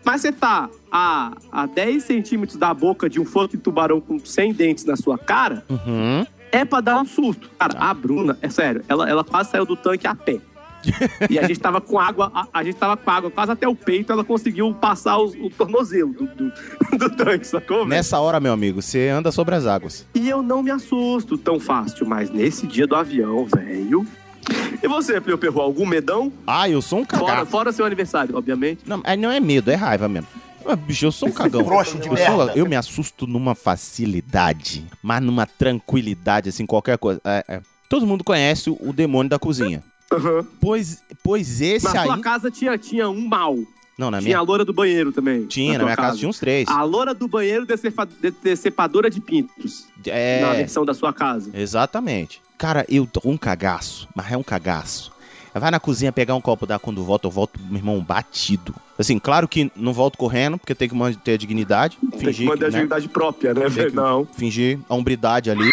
Speaker 1: Mas você tá a, a 10 centímetros da boca de um fucking tubarão com 100 dentes na sua cara,
Speaker 2: uhum.
Speaker 1: é pra dar um susto. Cara,
Speaker 2: Tá.
Speaker 1: a Bruna, é sério, ela, ela quase saiu do tanque a pé. e a gente tava com água, a, a gente tava com água quase até o peito, ela conseguiu passar os- o tornozelo do, do, do tanque, sacou? velho?
Speaker 2: Nessa hora, meu amigo, você anda sobre as águas.
Speaker 1: E eu não me assusto tão fácil, mas nesse dia do avião, velho. E você, Plio Perro, algum medão?
Speaker 2: Ah, eu sou um cagado.
Speaker 1: Fora, fora seu aniversário, obviamente.
Speaker 2: Não, aí não é medo, é raiva mesmo. Mas, bicho, eu sou um cagão.
Speaker 1: Trouxa de
Speaker 2: eu, sou-
Speaker 1: merda.
Speaker 2: eu me assusto numa facilidade, mas numa tranquilidade, assim, qualquer coisa. É, é. Todo mundo conhece o, o demônio da cozinha. Pois, pois esse
Speaker 1: Na
Speaker 2: aí.
Speaker 1: sua casa tinha, tinha um mal.
Speaker 2: Não, na
Speaker 1: tinha
Speaker 2: minha-
Speaker 1: a loura do banheiro também.
Speaker 2: Tinha, na
Speaker 1: tua Ah,
Speaker 2: minha casa tinha um uns três.
Speaker 1: A loura do banheiro decefa- de- decepadora de pintos.
Speaker 2: É.
Speaker 1: Na versão da sua casa.
Speaker 2: Exatamente. Cara, eu tô um cagaço, mas é um cagaço. Vai na cozinha pegar um copo d'água quando volta, eu volto, meu irmão, batido. Assim, claro que não volto correndo, porque tem que manter a dignidade. Fingir
Speaker 1: Tem que manter a
Speaker 2: né?
Speaker 1: dignidade própria, né,
Speaker 2: Tem
Speaker 1: velho?
Speaker 2: que
Speaker 1: Não.
Speaker 2: Fingir a hombridade ali.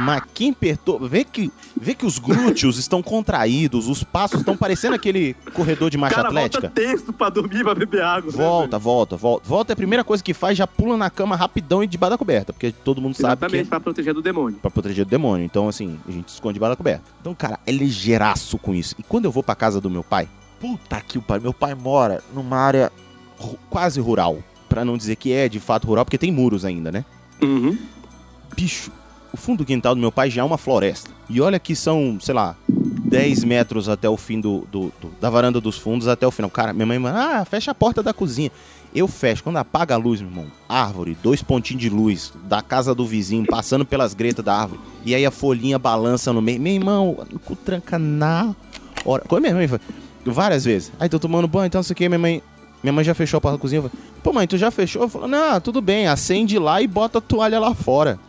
Speaker 2: Mas quem perturba. Vê que, vê que os glúteos estão contraídos, os passos estão parecendo aquele corredor de marcha
Speaker 1: cara
Speaker 2: atlética.
Speaker 1: volta né, texto pra dormir, pra beber água. né,
Speaker 2: Volta, volta, volta. Volta é a primeira coisa que faz, já pula na cama rapidão e debaixo da coberta. Porque todo mundo sabe
Speaker 1: Exatamente,
Speaker 2: que... é
Speaker 1: pra proteger do demônio.
Speaker 2: Pra proteger do demônio. Então, assim, a gente esconde debaixo da coberta. Então, cara, é ligeiraço com isso. E quando eu vou pra casa do meu pai... Puta que o pai... Meu pai mora numa área ru- quase rural. Pra não dizer que é de fato rural, porque tem muros ainda, né?
Speaker 1: Uhum.
Speaker 2: Bicho, o fundo do quintal do meu pai já é uma floresta. E olha que são, sei lá... 10 metros até o fim do, do- do- da varanda dos fundos até o final. Cara, minha mãe manda, ah, fecha a porta da cozinha. Eu fecho. Quando apaga a luz, meu irmão, árvore, dois pontinhos de luz da casa do vizinho, passando pelas gretas da árvore. E aí a folhinha balança no meio. Meu irmão, não tranca na hora. Como minha mãe fala, várias vezes. Aí tô tomando banho, então não sei o que, minha mãe. Minha mãe já fechou a porta da cozinha. Eu falei, Pô, mãe, tu já fechou? Eu falo, não, tudo bem, acende lá e bota a toalha lá fora.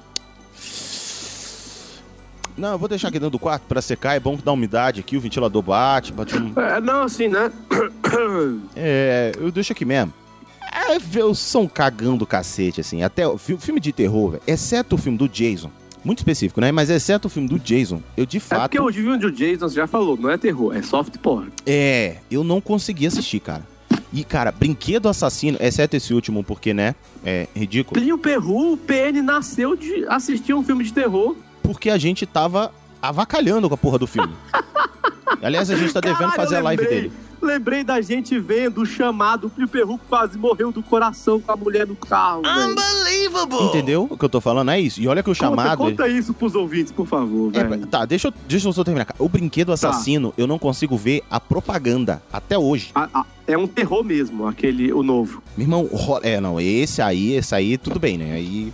Speaker 2: Não, eu vou deixar aqui dentro do quarto pra secar. É bom que dá umidade aqui, o ventilador bate, bate um...
Speaker 1: É, não, assim, né?
Speaker 2: É, eu deixo aqui mesmo. É, vê o som cagando o cacete, assim. Até o fi- filme de terror, velho. Exceto o filme do Jason. Muito específico, né? Mas exceto o filme do Jason, eu de
Speaker 1: É
Speaker 2: fato.
Speaker 1: porque o filme do Jason, você já falou, não é terror, é soft porn.
Speaker 2: É, eu não consegui assistir, cara. E, cara, Brinquedo Assassino, exceto esse último, porque, né? É ridículo.
Speaker 1: Plinio Perru, o PN nasceu de assistir um filme de terror.
Speaker 2: Porque a gente tava avacalhando com a porra do filme. Aliás, a gente tá devendo
Speaker 1: Caralho,
Speaker 2: fazer a live
Speaker 1: lembrei,
Speaker 2: dele.
Speaker 1: Lembrei da gente vendo o chamado, o Plinio Perru quase morreu do coração com a mulher no carro, velho.
Speaker 2: Unbelievable! Entendeu o que eu tô falando? É isso. E olha que o chamado.
Speaker 1: Conta, conta isso pros ouvintes, por favor,
Speaker 2: É,
Speaker 1: velho.
Speaker 2: tá, deixa eu, deixa eu só terminar. cara. O Brinquedo Assassino, eu não consigo ver a propaganda até hoje.
Speaker 1: é um terror mesmo, aquele, o novo.
Speaker 2: Meu irmão, ro- é, não, esse aí, esse aí, tudo bem, né? Aí.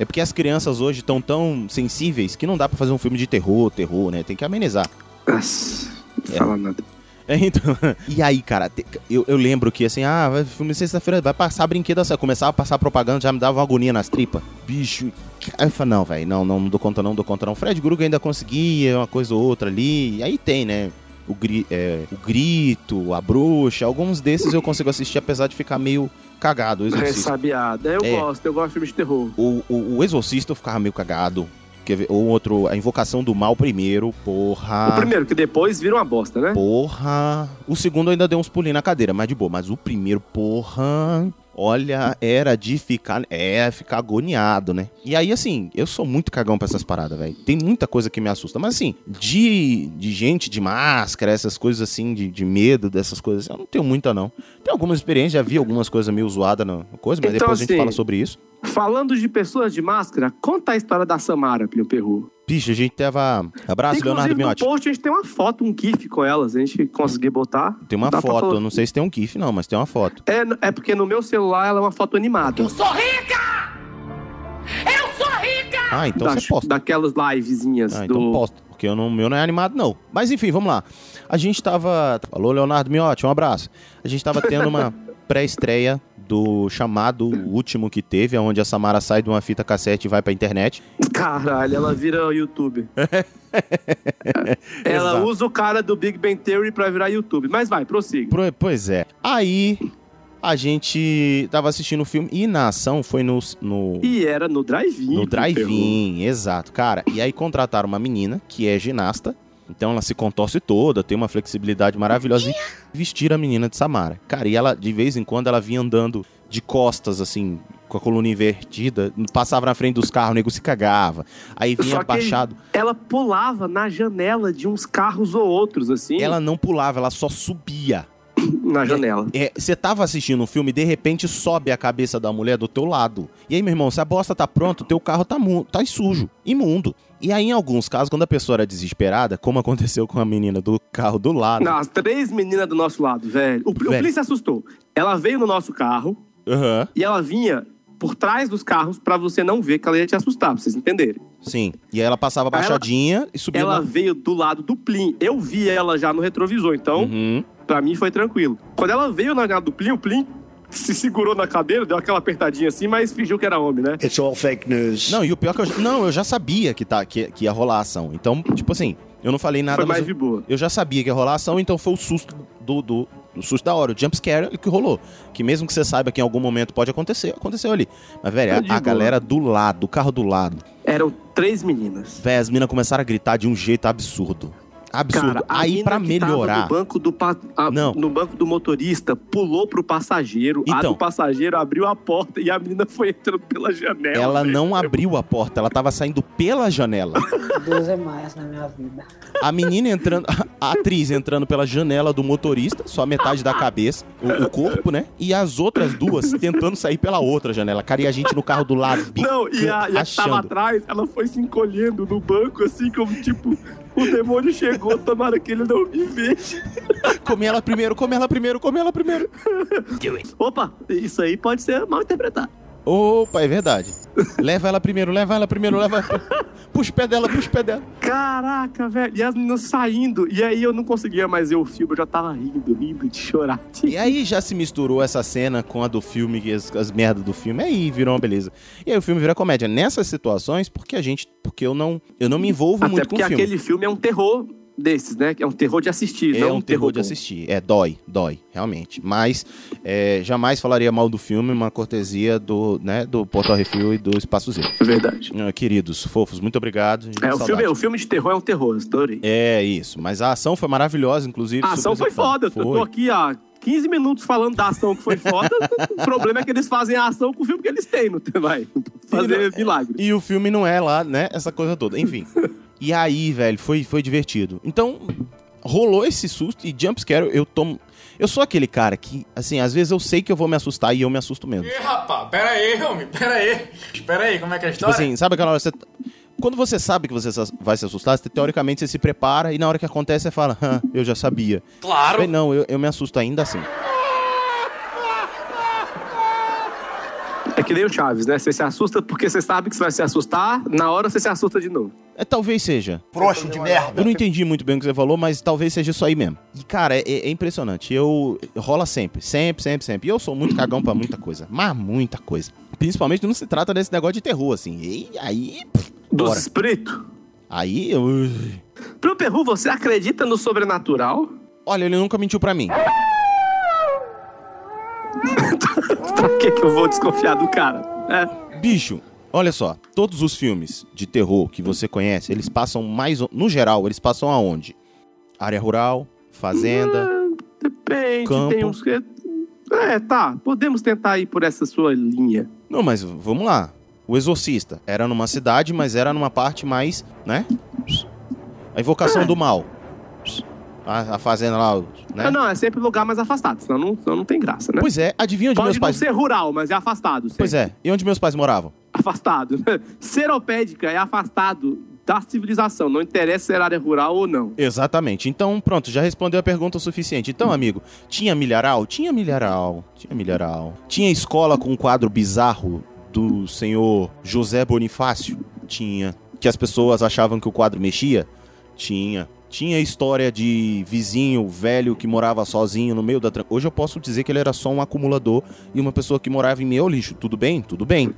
Speaker 2: É porque as crianças hoje estão tão sensíveis que não dá pra fazer um filme de terror, terror, né? Tem que amenizar.
Speaker 1: Não fala nada.
Speaker 2: É, então, e aí, cara, te- eu, eu lembro que assim, ah, vai- filme sexta-feira, vai passar brinquedo assim. Começava a passar propaganda, já me dava uma agonia nas tripas. Bicho. Aí eu falei, não, velho, não, não, não dou conta, não, não dou conta, não. Fred Gruga ainda conseguia uma coisa ou outra ali. E aí tem, né? O, gri- é, o grito, a bruxa, alguns desses eu consigo assistir, apesar de ficar meio cagado. O
Speaker 1: É
Speaker 2: exorcista.
Speaker 1: sabiada. Eu
Speaker 2: É.
Speaker 1: gosto, eu gosto de filme de terror.
Speaker 2: O, o, o Exorcista eu ficava meio cagado. Quer ver? Ou outro, a Invocação do Mal primeiro, porra.
Speaker 1: O primeiro, que depois vira uma bosta, né?
Speaker 2: Porra. O segundo ainda deu uns pulinhos na cadeira, mas de boa. Mas o primeiro, porra. Olha, era de ficar. É, ficar agoniado, né? E aí, assim, eu sou muito cagão pra essas paradas, velho. Tem muita coisa que me assusta. Mas, assim, de, de gente de máscara, essas coisas assim, de, de medo, dessas coisas, assim, eu não tenho muita, não. Tem algumas experiências, já vi algumas coisas meio zoadas na coisa, mas
Speaker 1: Então,
Speaker 2: depois a gente
Speaker 1: assim,
Speaker 2: fala sobre isso.
Speaker 1: Falando de pessoas de máscara, conta a história da Samara, Plio Perru.
Speaker 2: Bicho, a gente tava. Abraço, Leonardo
Speaker 1: no
Speaker 2: Miotti.
Speaker 1: post a gente tem uma foto, um gif com elas, a gente conseguir botar.
Speaker 2: Tem uma
Speaker 1: Dá pra
Speaker 2: foto, eu
Speaker 1: colo-
Speaker 2: não sei se tem um GIF, não, mas tem uma foto.
Speaker 1: É, é porque no meu celular ela é uma foto animada.
Speaker 2: Então
Speaker 1: Eu
Speaker 15: Sou rica! Eu sou rica!
Speaker 2: Ah, então
Speaker 1: da,
Speaker 2: você posta.
Speaker 1: Daquelas livezinhas
Speaker 2: Ah,
Speaker 1: do.
Speaker 2: então posto, porque eu não, o meu não é animado, não. Mas enfim, vamos lá. A gente tava. Alô, Leonardo Miotti, um abraço. A gente tava tendo uma pré-estreia do chamado último que teve, onde a Samara sai de uma fita cassete e vai pra internet.
Speaker 1: Caralho, ela vira YouTube. ela
Speaker 2: É. Exato.
Speaker 1: usa o cara do Big Bang Theory pra virar YouTube. Mas vai, prossiga.
Speaker 2: Pro- Pois é. Aí a gente tava assistindo o filme e na ação foi no. no...
Speaker 1: E era no drive-in. Plio Perru.
Speaker 2: No drive-in, exato, cara. E aí contrataram uma menina que é ginasta. Então ela se contorce toda, tem uma flexibilidade maravilhosa. E vestiram a menina de Samara. Cara, e ela, de vez em quando, ela vinha andando de costas, assim, com a coluna invertida. Passava na frente dos carros, o nego se cagava. Aí
Speaker 1: Só
Speaker 2: vinha
Speaker 1: que
Speaker 2: abaixado.
Speaker 1: Ela pulava na janela de uns carros ou outros, assim.
Speaker 2: Ela não pulava, ela só subia.
Speaker 1: Na janela.
Speaker 2: É, você tava assistindo um filme e de repente sobe a cabeça da mulher do teu lado. E aí, meu irmão, se a bosta tá pronta, o teu carro tá, mu- tá sujo, imundo. E aí, em alguns casos, quando a pessoa era desesperada, como aconteceu com a menina do carro do lado.
Speaker 1: Não, as três meninas do nosso lado, velho. O, Pli- o
Speaker 2: Velho.
Speaker 1: Pli se assustou. Ela veio no nosso carro
Speaker 2: Aham.
Speaker 1: e ela vinha por trás dos carros pra você não ver que ela ia te assustar, pra vocês entenderem.
Speaker 2: Sim. E aí ela passava
Speaker 1: Aí ela-
Speaker 2: baixadinha e subia.
Speaker 1: Ela
Speaker 2: na-
Speaker 1: veio do lado do Plim. Eu vi ela já no retrovisor, então
Speaker 2: Uhum. Hum.
Speaker 1: pra mim foi tranquilo. Quando ela veio na janela do Plim, o Plim se segurou na cadeira, deu aquela apertadinha assim, mas fingiu que era homem, né?
Speaker 2: It's all fake news. Não, e o pior é que eu, já- não, eu já sabia que, tá, que, que ia rolar a ação. Então, tipo assim, eu não falei nada. um
Speaker 1: Foi mais
Speaker 2: mas eu-
Speaker 1: de boa.
Speaker 2: Eu já sabia que ia rolar a ação, então foi o susto do, do, o susto da hora, o jump scare que rolou. Que mesmo que você saiba que em algum momento pode acontecer, aconteceu ali. Mas, velho,
Speaker 1: Eu
Speaker 2: a- a,
Speaker 1: digo,
Speaker 2: galera do lado, o carro do lado.
Speaker 1: Eram três meninas.
Speaker 2: Velho, as minas começaram a gritar de um jeito absurdo. Absurdo.
Speaker 1: Cara, a
Speaker 2: Aí,
Speaker 1: mina
Speaker 2: pra
Speaker 1: que tava
Speaker 2: melhorar.
Speaker 1: No banco, do pa- a- no banco do motorista, pulou pro passageiro. A
Speaker 2: Então.
Speaker 1: do passageiro abriu a porta e a menina foi entrando pela janela.
Speaker 2: Ela não abriu a porta, ela tava saindo pela janela.
Speaker 16: Deus é mais na minha vida.
Speaker 2: A menina entrando, a atriz entrando pela janela do motorista, só a metade da cabeça, o, o corpo, né? E as outras duas tentando sair pela outra janela. Cara, e a gente no carro do lado,
Speaker 1: Não, e a, e a que tava
Speaker 2: achando.
Speaker 1: atrás, ela foi se encolhendo no banco, assim, como tipo, o demônio chegou, tomara que ele não me veja.
Speaker 2: Come ela primeiro, come ela primeiro, come ela primeiro.
Speaker 1: Opa, isso aí pode ser mal interpretado.
Speaker 2: Opa, é verdade. Leva ela primeiro, leva ela primeiro, leva. puxa o pé dela, puxa o pé dela.
Speaker 1: Caraca, velho. E as meninas saindo. E aí eu não conseguia mais ver o filme, eu já tava rindo, rindo de chorar.
Speaker 2: E aí já se misturou essa cena com a do filme, que as, as merdas do filme. Aí virou uma beleza. E aí o filme vira comédia. Nessas situações, porque a gente. Porque eu não, eu não me envolvo
Speaker 1: Até
Speaker 2: muito com o
Speaker 1: porque
Speaker 2: filme.
Speaker 1: aquele filme é um terror desses, né? É um terror de assistir,
Speaker 2: É
Speaker 1: não
Speaker 2: um terror de
Speaker 1: bom.
Speaker 2: assistir. É, dói, dói, realmente. Mas é, jamais falaria mal do filme, uma cortesia do, né, do Portal Refil e do Espaço Z.
Speaker 1: É Verdade.
Speaker 2: Queridos, fofos, muito obrigado. gente,
Speaker 1: É, o
Speaker 2: saudade.
Speaker 1: filme, o filme de terror é um terror, eu adorei.
Speaker 2: É isso, mas a ação foi maravilhosa, inclusive.
Speaker 1: A ação
Speaker 2: super
Speaker 1: foi foda. Eu tô
Speaker 2: Foi.
Speaker 1: aqui há 15 minutos falando da ação que foi foda. o problema é que eles fazem a ação com o filme que eles têm, não tem vai.
Speaker 2: né?
Speaker 1: Fazer milagre.
Speaker 2: E o filme não é lá, né? Essa coisa toda. Enfim. e aí, velho, foi, foi divertido. Então, rolou esse susto e jumpscare eu tomo. Eu sou aquele cara que, assim, às vezes eu sei que eu vou me assustar e eu me assusto mesmo.
Speaker 17: Ih, rapaz, pera aí, homem, pera aí. Espera aí, como é que é a
Speaker 2: Tipo
Speaker 17: história?
Speaker 2: assim, sabe aquela hora que você. Quando você sabe que você sa- vai se assustar, você, teoricamente você se prepara e na hora que acontece você fala, Hã, eu já sabia.
Speaker 17: Claro.
Speaker 2: Bem, não, eu, eu me assusto ainda assim.
Speaker 1: É que nem o Chaves, né? Você se assusta porque você sabe que você vai se assustar, na hora você se assusta de novo.
Speaker 2: É, talvez seja.
Speaker 1: Frouxo de merda.
Speaker 2: Eu não entendi muito bem o que você falou, mas talvez seja isso aí mesmo. E, cara, é, é impressionante. Eu rola sempre, sempre, sempre, sempre. E eu sou muito cagão pra muita coisa. Mas muita coisa. Principalmente não se trata desse negócio de terror, assim. E aí.
Speaker 1: Dos espírito.
Speaker 2: Aí eu.
Speaker 1: Pro Perru, você acredita no sobrenatural?
Speaker 2: Olha, ele nunca mentiu pra mim.
Speaker 1: Por que, que eu vou desconfiar do cara? É.
Speaker 2: Bicho, olha só, todos os filmes de terror que você conhece, eles passam mais. o- No geral, eles passam aonde? Área rural, fazenda.
Speaker 1: Depende,
Speaker 2: Campo.
Speaker 1: tem uns que. É, tá. Podemos tentar ir por essa sua linha.
Speaker 2: Não, mas vamos lá. O Exorcista era numa cidade, mas era numa parte mais, né? A invocação do mal. A, a fazenda lá, né?
Speaker 1: Ah, não, é sempre lugar mais afastado, senão não, senão não tem graça, né?
Speaker 2: Pois é, adivinha onde
Speaker 1: Pode
Speaker 2: meus
Speaker 1: não
Speaker 2: pais-
Speaker 1: ser rural, mas é afastado. sempre.
Speaker 2: Pois é. E onde meus pais moravam?
Speaker 1: Afastado. né? Seropédica é afastado da civilização, não interessa se era área rural ou não.
Speaker 2: Exatamente. Então, pronto, já respondeu a pergunta o suficiente. Então, amigo, tinha milharal? Tinha milharal. Tinha milharal. Tinha escola com um quadro bizarro do senhor José Bonifácio? Tinha. Que as pessoas achavam que o quadro mexia? Tinha. Tinha história de vizinho velho que morava sozinho no meio da. tran- Hoje eu posso dizer que ele era só um acumulador e uma pessoa que morava em meio ao lixo. Tudo bem? Tudo bem.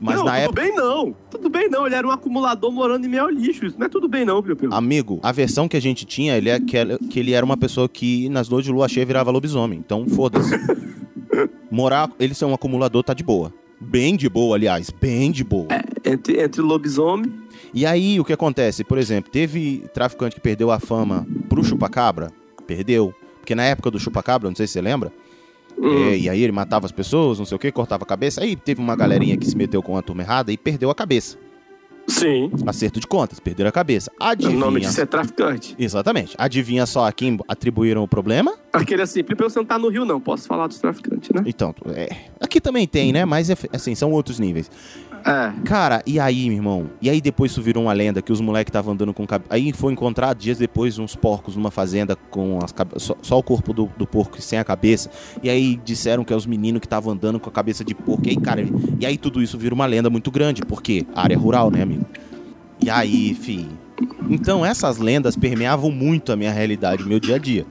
Speaker 2: Mas
Speaker 1: não,
Speaker 2: na
Speaker 1: tudo
Speaker 2: época.
Speaker 1: bem não. Tudo bem não, ele era um acumulador morando em meio ao lixo. Isso não é tudo bem não, meu
Speaker 2: Ah.
Speaker 1: Deus.
Speaker 2: Amigo, a versão que a gente tinha, ele é que, ela- que ele era uma pessoa que nas noites de lua cheia virava lobisomem. Então, foda-se. Morar, ele ser um acumulador tá de boa. Bem de boa, aliás, bem de boa.
Speaker 1: É. entre, entre lobisomem.
Speaker 2: E aí, o que acontece? Por exemplo, teve traficante que perdeu a fama pro chupacabra? Perdeu. Porque na época do chupacabra, não sei se você lembra,
Speaker 1: Hum.
Speaker 2: é, e aí ele matava as pessoas, não sei o que, cortava a cabeça. Aí teve uma galerinha que se meteu com a turma errada e perdeu a cabeça.
Speaker 1: Sim.
Speaker 2: Acerto de contas, perderam a cabeça. Adivinha.
Speaker 1: O nome disso é traficante.
Speaker 2: Exatamente. Adivinha só a quem atribuíram o problema?
Speaker 1: Aquele assim, Pipe, você não tá no Rio não, posso falar dos traficantes, né?
Speaker 2: Então, é. Aqui também tem, né? Mas é, assim, são outros níveis.
Speaker 1: É,
Speaker 2: Cara, e aí, meu irmão? E aí depois isso virou uma lenda que os moleques estavam andando com cabeça. Aí foi encontrado dias depois uns porcos numa fazenda com as cabe... só, só o corpo do, do porco e sem a cabeça. E aí disseram que é os meninos que estavam andando com a cabeça de porco. E aí, cara, e aí tudo isso vira uma lenda muito grande, porque área rural, né, amigo? E aí, fi. Então essas lendas permeavam muito a minha realidade, o meu dia a dia.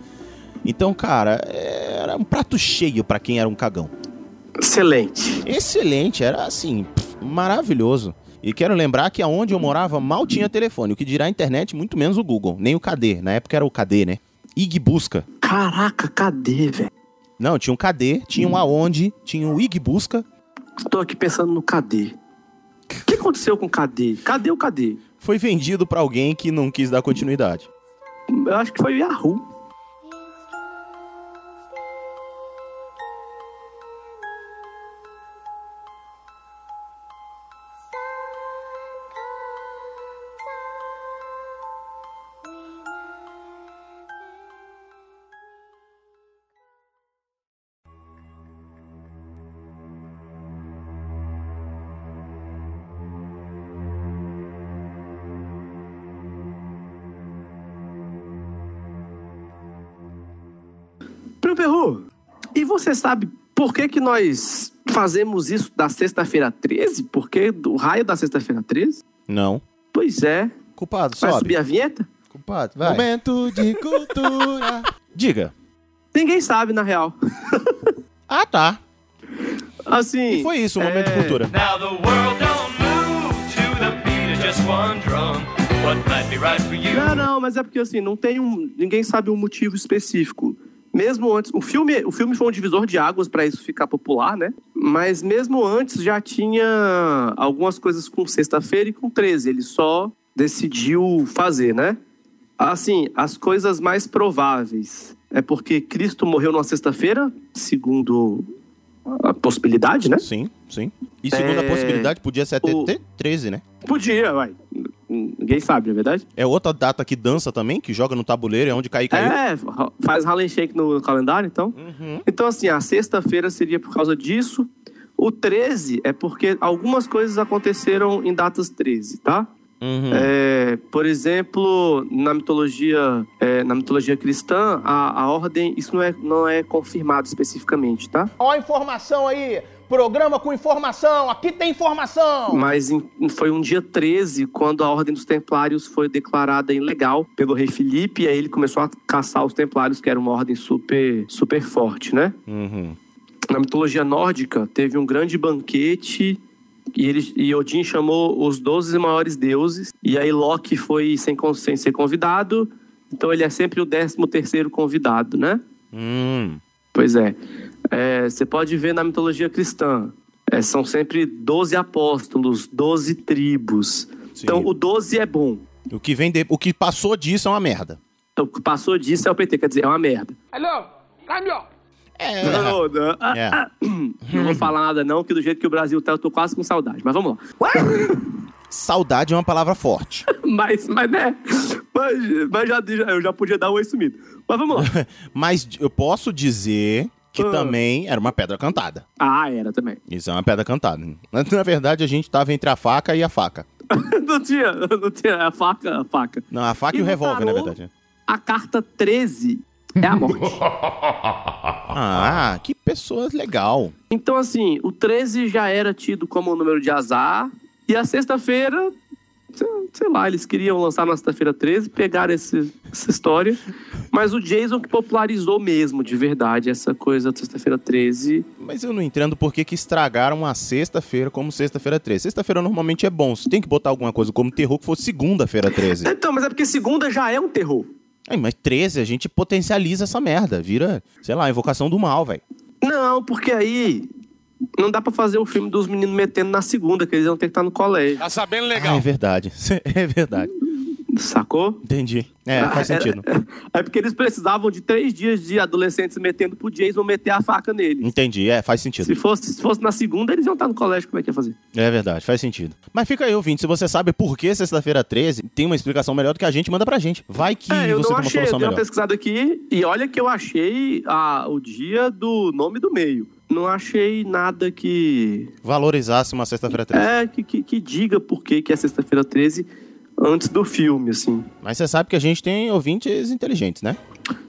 Speaker 2: Então, cara, era um prato cheio pra quem era um cagão.
Speaker 1: Excelente.
Speaker 2: Excelente, era assim, pff, maravilhoso. E quero lembrar que aonde eu morava mal tinha telefone, o que dirá a internet, muito menos o Google, nem o KD. Na época era o KD, né? IG Busca.
Speaker 1: Caraca, KD, velho.
Speaker 2: Não, tinha um KD, tinha um aonde, tinha o IG Busca.
Speaker 1: Estou aqui pensando no KD. O que aconteceu com o KD? Cadê o KD?
Speaker 2: Foi vendido pra alguém que não quis dar continuidade.
Speaker 1: Eu acho que foi o Yahoo. Pro Perru, e você sabe por que, que nós fazemos isso da sexta-feira 13? Por que do raio da sexta-feira 13?
Speaker 2: Não.
Speaker 1: Pois é.
Speaker 2: Culpado,
Speaker 1: Vai
Speaker 2: sobe.
Speaker 1: subir a vinheta?
Speaker 2: Culpado, vai.
Speaker 1: Momento de cultura.
Speaker 2: Diga.
Speaker 1: Ninguém sabe, na real.
Speaker 2: ah, tá.
Speaker 1: Assim.
Speaker 2: E foi isso, o momento
Speaker 1: é,
Speaker 2: de cultura.
Speaker 18: Now the world don't move to the beat of just one drum. What might be right for you?
Speaker 1: Não, não, mas é porque assim, não tem um. Ninguém sabe um motivo específico. Mesmo antes. O filme, o filme foi um divisor de águas pra isso ficar popular, né? Mas mesmo antes já tinha algumas coisas com sexta-feira e com 13. Ele só decidiu fazer, né? Assim, as coisas mais prováveis é porque Cristo morreu numa sexta-feira, segundo a possibilidade, né?
Speaker 2: Sim, sim. E segunda
Speaker 1: É,
Speaker 2: possibilidade, podia ser até
Speaker 1: o-
Speaker 2: te- 13, né?
Speaker 1: Podia, vai. Ninguém sabe, na verdade.
Speaker 2: É outra data que dança também, que joga no tabuleiro, é onde cair, caiu. Uhum.
Speaker 1: É, faz Harlem Shake no calendário, então. Então, assim, a sexta-feira seria por causa disso. O 13 é porque algumas coisas aconteceram em datas 13, tá?
Speaker 2: Uhum.
Speaker 1: É, por exemplo, na mitologia, é, na mitologia cristã, a, a ordem, isso não é, não é confirmado especificamente, tá?
Speaker 7: Ó, a informação aí. Programa com informação. Aqui tem informação.
Speaker 1: Mas em- foi um dia 13 quando a Ordem dos Templários foi declarada ilegal pelo rei Filipe, e aí ele começou a caçar os Templários, que era uma ordem super, super forte, né?
Speaker 2: Uhum.
Speaker 1: Na mitologia nórdica, teve um grande banquete. E, ele, e Odin chamou os 12 maiores deuses. E aí Loki foi sem, con- sem ser convidado. Então ele é sempre o 13 terceiro convidado, né?
Speaker 2: Hum.
Speaker 1: Pois é. É, Você pode ver na mitologia cristã. é, são sempre 12 apóstolos, 12 tribos. Então o 12 é bom. Então,
Speaker 2: O que vem de... o que passou disso é uma merda.
Speaker 1: O que passou disso é o PT, quer dizer, é uma merda.
Speaker 15: Alô, câmbio! É.
Speaker 1: Não, não. Ah, ah, hum. Não vou falar nada, não, que do jeito que o Brasil tá, eu tô quase com saudade. Mas vamos lá.
Speaker 2: Saudade é uma palavra forte.
Speaker 1: Mas, mas né? Mas, mas já, já- eu já podia dar um oi sumido. Mas vamos lá.
Speaker 2: Mas eu posso dizer que
Speaker 1: Ah.
Speaker 2: também era uma pedra cantada.
Speaker 1: Ah, era também.
Speaker 2: Isso é uma pedra cantada. Mas, Na verdade, a gente tava entre a faca e a faca.
Speaker 1: não tinha, não tinha. A faca, a faca.
Speaker 2: Não, a faca e,
Speaker 1: E
Speaker 2: o
Speaker 1: no
Speaker 2: revólver, na
Speaker 1: tarô?
Speaker 2: verdade.
Speaker 1: A carta 13 é a morte.
Speaker 2: Ah, que pessoas legal.
Speaker 1: Então, assim, o 13 já era tido como um número de azar. E a sexta-feira, sei- sei lá, eles queriam lançar na sexta-feira 13, pegaram esse- essa história. Mas o Jason que popularizou mesmo, de verdade, essa coisa da sexta-feira 13.
Speaker 2: Mas eu não entendo por que, que estragaram a sexta-feira como sexta-feira 13. Sexta-feira normalmente é bom. Você tem que botar alguma coisa como terror que fosse segunda-feira 13.
Speaker 1: Então, mas é porque segunda já é um terror.
Speaker 2: Ai, mas 13 a gente potencializa essa merda. Vira, sei lá, invocação do mal, velho.
Speaker 1: Não, porque aí não dá pra fazer o filme dos meninos metendo na segunda, que eles iam ter que estar no colégio.
Speaker 8: Tá sabendo
Speaker 2: Ah, é verdade. É verdade.
Speaker 1: Sacou?
Speaker 2: Entendi. É, faz
Speaker 1: Ah, era-
Speaker 2: sentido.
Speaker 1: É porque eles precisavam de três dias de adolescentes metendo pro Jason meter a faca nele.
Speaker 2: Entendi, é, faz sentido.
Speaker 1: Se fosse, se fosse na segunda, eles iam estar no colégio, como é que ia fazer?
Speaker 2: É verdade, faz sentido. Mas fica aí, ouvinte, se você sabe por que sexta-feira 13 tem uma explicação melhor do que a gente, manda pra gente. Vai que
Speaker 1: É, eu
Speaker 2: você
Speaker 1: não
Speaker 2: tem uma
Speaker 1: achei, eu
Speaker 2: solução
Speaker 1: dei uma
Speaker 2: melhor.
Speaker 1: pesquisada aqui e olha que eu achei a- o dia do nome do meio. Não achei nada que.
Speaker 2: Valorizasse uma sexta-feira 13.
Speaker 1: É, que, que, que diga por que, que é sexta-feira 13 antes do filme, assim.
Speaker 2: Mas você sabe que a gente tem ouvintes inteligentes, né?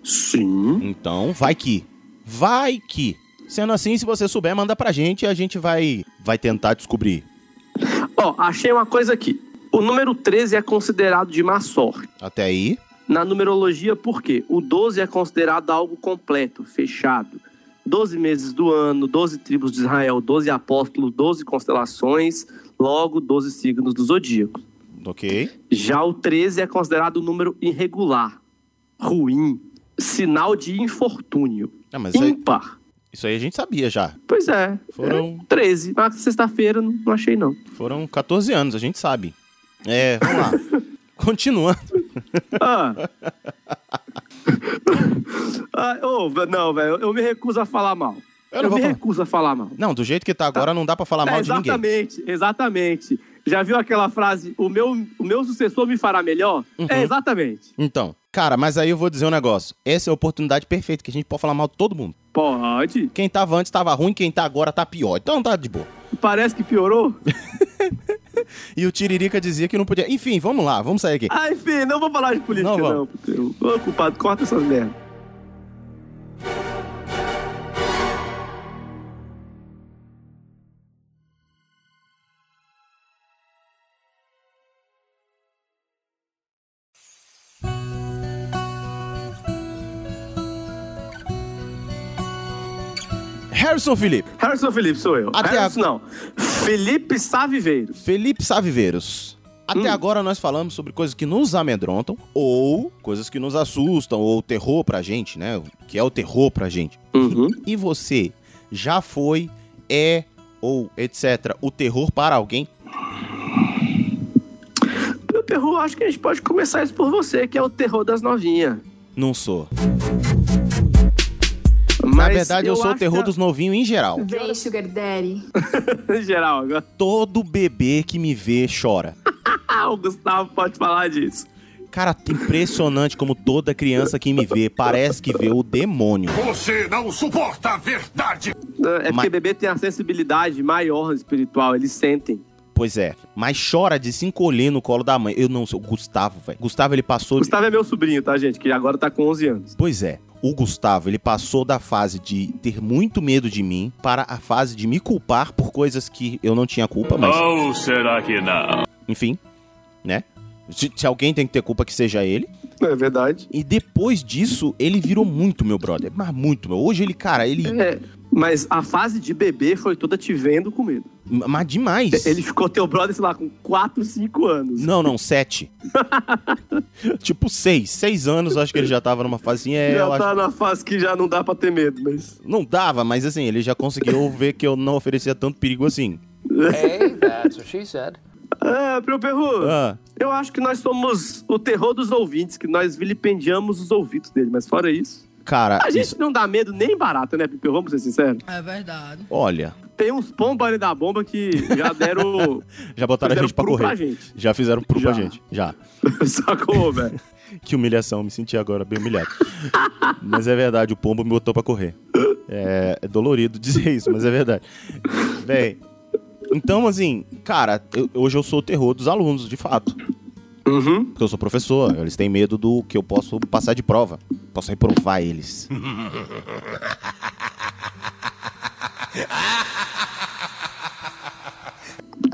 Speaker 1: Sim.
Speaker 2: Então, vai que. Vai que. Sendo assim, se você souber, manda pra gente e a gente vai, vai tentar descobrir.
Speaker 1: Ó, achei uma coisa aqui. O número 13 é considerado de má sorte.
Speaker 2: Até aí.
Speaker 1: Na numerologia, por quê? O 12 é considerado algo completo, fechado. 12 meses do ano, 12 tribos de Israel, 12 apóstolos, 12 constelações, logo 12 signos do zodíaco.
Speaker 2: Ok.
Speaker 1: Já o 13 é considerado um número irregular, ruim, sinal de infortúnio.
Speaker 2: Ah, mas isso aí-
Speaker 1: ímpar.
Speaker 2: Isso aí a gente sabia já.
Speaker 1: Pois é.
Speaker 2: Foram-
Speaker 1: É 13. Mas sexta-feira não não achei, não.
Speaker 2: Foram 14 anos, a gente sabe. É, vamos lá. Continuando.
Speaker 1: Ah. Ah, ô, vé- não, velho, eu me recuso a falar mal. Eu,
Speaker 2: não vou
Speaker 1: me
Speaker 2: falar.
Speaker 1: recuso a falar mal.
Speaker 2: Não, do jeito que tá agora, não dá pra falar
Speaker 1: É,
Speaker 2: mal de ninguém.
Speaker 1: exatamente, exatamente. Já viu aquela frase, o meu, o meu sucessor me fará melhor?
Speaker 2: Uhum.
Speaker 1: É, exatamente.
Speaker 2: Então, cara, mas aí eu vou dizer um negócio. Essa é a oportunidade perfeita que a gente pode falar mal de todo mundo.
Speaker 1: Pode.
Speaker 2: Quem tava antes tava ruim, quem tá agora tá pior. Então tá de boa.
Speaker 1: Parece que piorou.
Speaker 2: e o Tiririca dizia que não podia. Enfim, vamos lá, vamos sair aqui.
Speaker 1: Ah, enfim, não vou falar de política,
Speaker 2: Não
Speaker 1: não.
Speaker 2: vamos.
Speaker 1: não Ô, culpado, corta essas merda.
Speaker 2: Harrison Felipe.
Speaker 1: Harrison Felipe sou eu.
Speaker 2: Até
Speaker 1: Harrison, não. Felipe Saviveiros.
Speaker 2: Felipe Saviveiros. Até
Speaker 1: Hum.
Speaker 2: agora nós falamos sobre coisas que nos amedrontam ou coisas que nos assustam ou terror pra gente, né? O que é o terror pra gente.
Speaker 1: Uhum.
Speaker 2: E você já foi, é ou etc. o terror para alguém?
Speaker 1: Meu terror, acho que a gente pode começar isso por você, que é o terror das novinhas.
Speaker 2: Não sou. Na
Speaker 1: Mas
Speaker 2: verdade, eu,
Speaker 1: eu
Speaker 2: sou o
Speaker 1: acho
Speaker 2: terror
Speaker 1: que a-
Speaker 2: dos novinhos em geral.
Speaker 19: Vem, Sugar Daddy.
Speaker 1: Em geral, agora.
Speaker 2: Todo bebê que me vê chora.
Speaker 1: Ah, o Gustavo pode falar disso.
Speaker 2: Cara, impressionante como toda criança que me vê parece que vê o demônio.
Speaker 1: Você não suporta a verdade! É porque bebê tem a sensibilidade maior espiritual, eles sentem.
Speaker 2: Pois é, mas chora de se encolher no colo da mãe. Eu não sou o Gustavo, velho. Gustavo ele passou.
Speaker 1: Gustavo é meu sobrinho, tá, gente? Que agora tá com 11 anos.
Speaker 2: Pois é. O Gustavo, ele passou da fase de ter muito medo de mim para a fase de me culpar por coisas que eu não tinha culpa, mas
Speaker 1: Ah.
Speaker 18: Ou será que não?
Speaker 2: enfim, né? Se, se alguém tem que ter culpa, que seja ele.
Speaker 1: É verdade.
Speaker 2: E depois disso, ele virou muito meu brother. Mas muito meu. Hoje ele, cara, ele.
Speaker 1: É, mas a fase de bebê foi toda te vendo com medo.
Speaker 2: Mas demais.
Speaker 1: Ele ficou teu brother, sei lá, com 4, 5 anos.
Speaker 2: Não, não, sete. tipo, seis. Seis anos, acho que ele já tava numa fase assim. É,
Speaker 1: já
Speaker 2: eu acho-
Speaker 1: tá na fase que já não dá pra ter medo, mas.
Speaker 2: Não dava, mas assim, ele já conseguiu ver que eu não oferecia tanto perigo assim.
Speaker 1: Hey, that's what she said. É, meu perru,
Speaker 2: Ah.
Speaker 1: eu acho que nós somos o terror dos ouvintes, que nós vilipendiamos os ouvidos dele, mas fora isso.
Speaker 2: Cara,
Speaker 1: Ah, A gente
Speaker 2: isso-
Speaker 1: não dá medo nem barata, né, Pipe? Vamos ser sinceros.
Speaker 19: É verdade.
Speaker 2: olha,
Speaker 1: Tem uns pombos ali da bomba que já deram.
Speaker 2: já botaram a
Speaker 1: Fizeram um
Speaker 2: gente pra
Speaker 1: pro
Speaker 2: correr.
Speaker 1: pra gente.
Speaker 2: Já fizeram um pro pra gente. Já.
Speaker 1: Sacou, velho?
Speaker 2: que humilhação, me senti agora bem humilhado. mas é verdade, o pombo me botou pra correr. É, é dolorido dizer isso, mas é verdade. Bem, então assim, cara, eu- hoje eu sou o terror dos alunos, de fato.
Speaker 1: Uhum.
Speaker 2: Porque eu sou professor, eles têm medo do que eu posso passar de prova. Posso reprovar eles.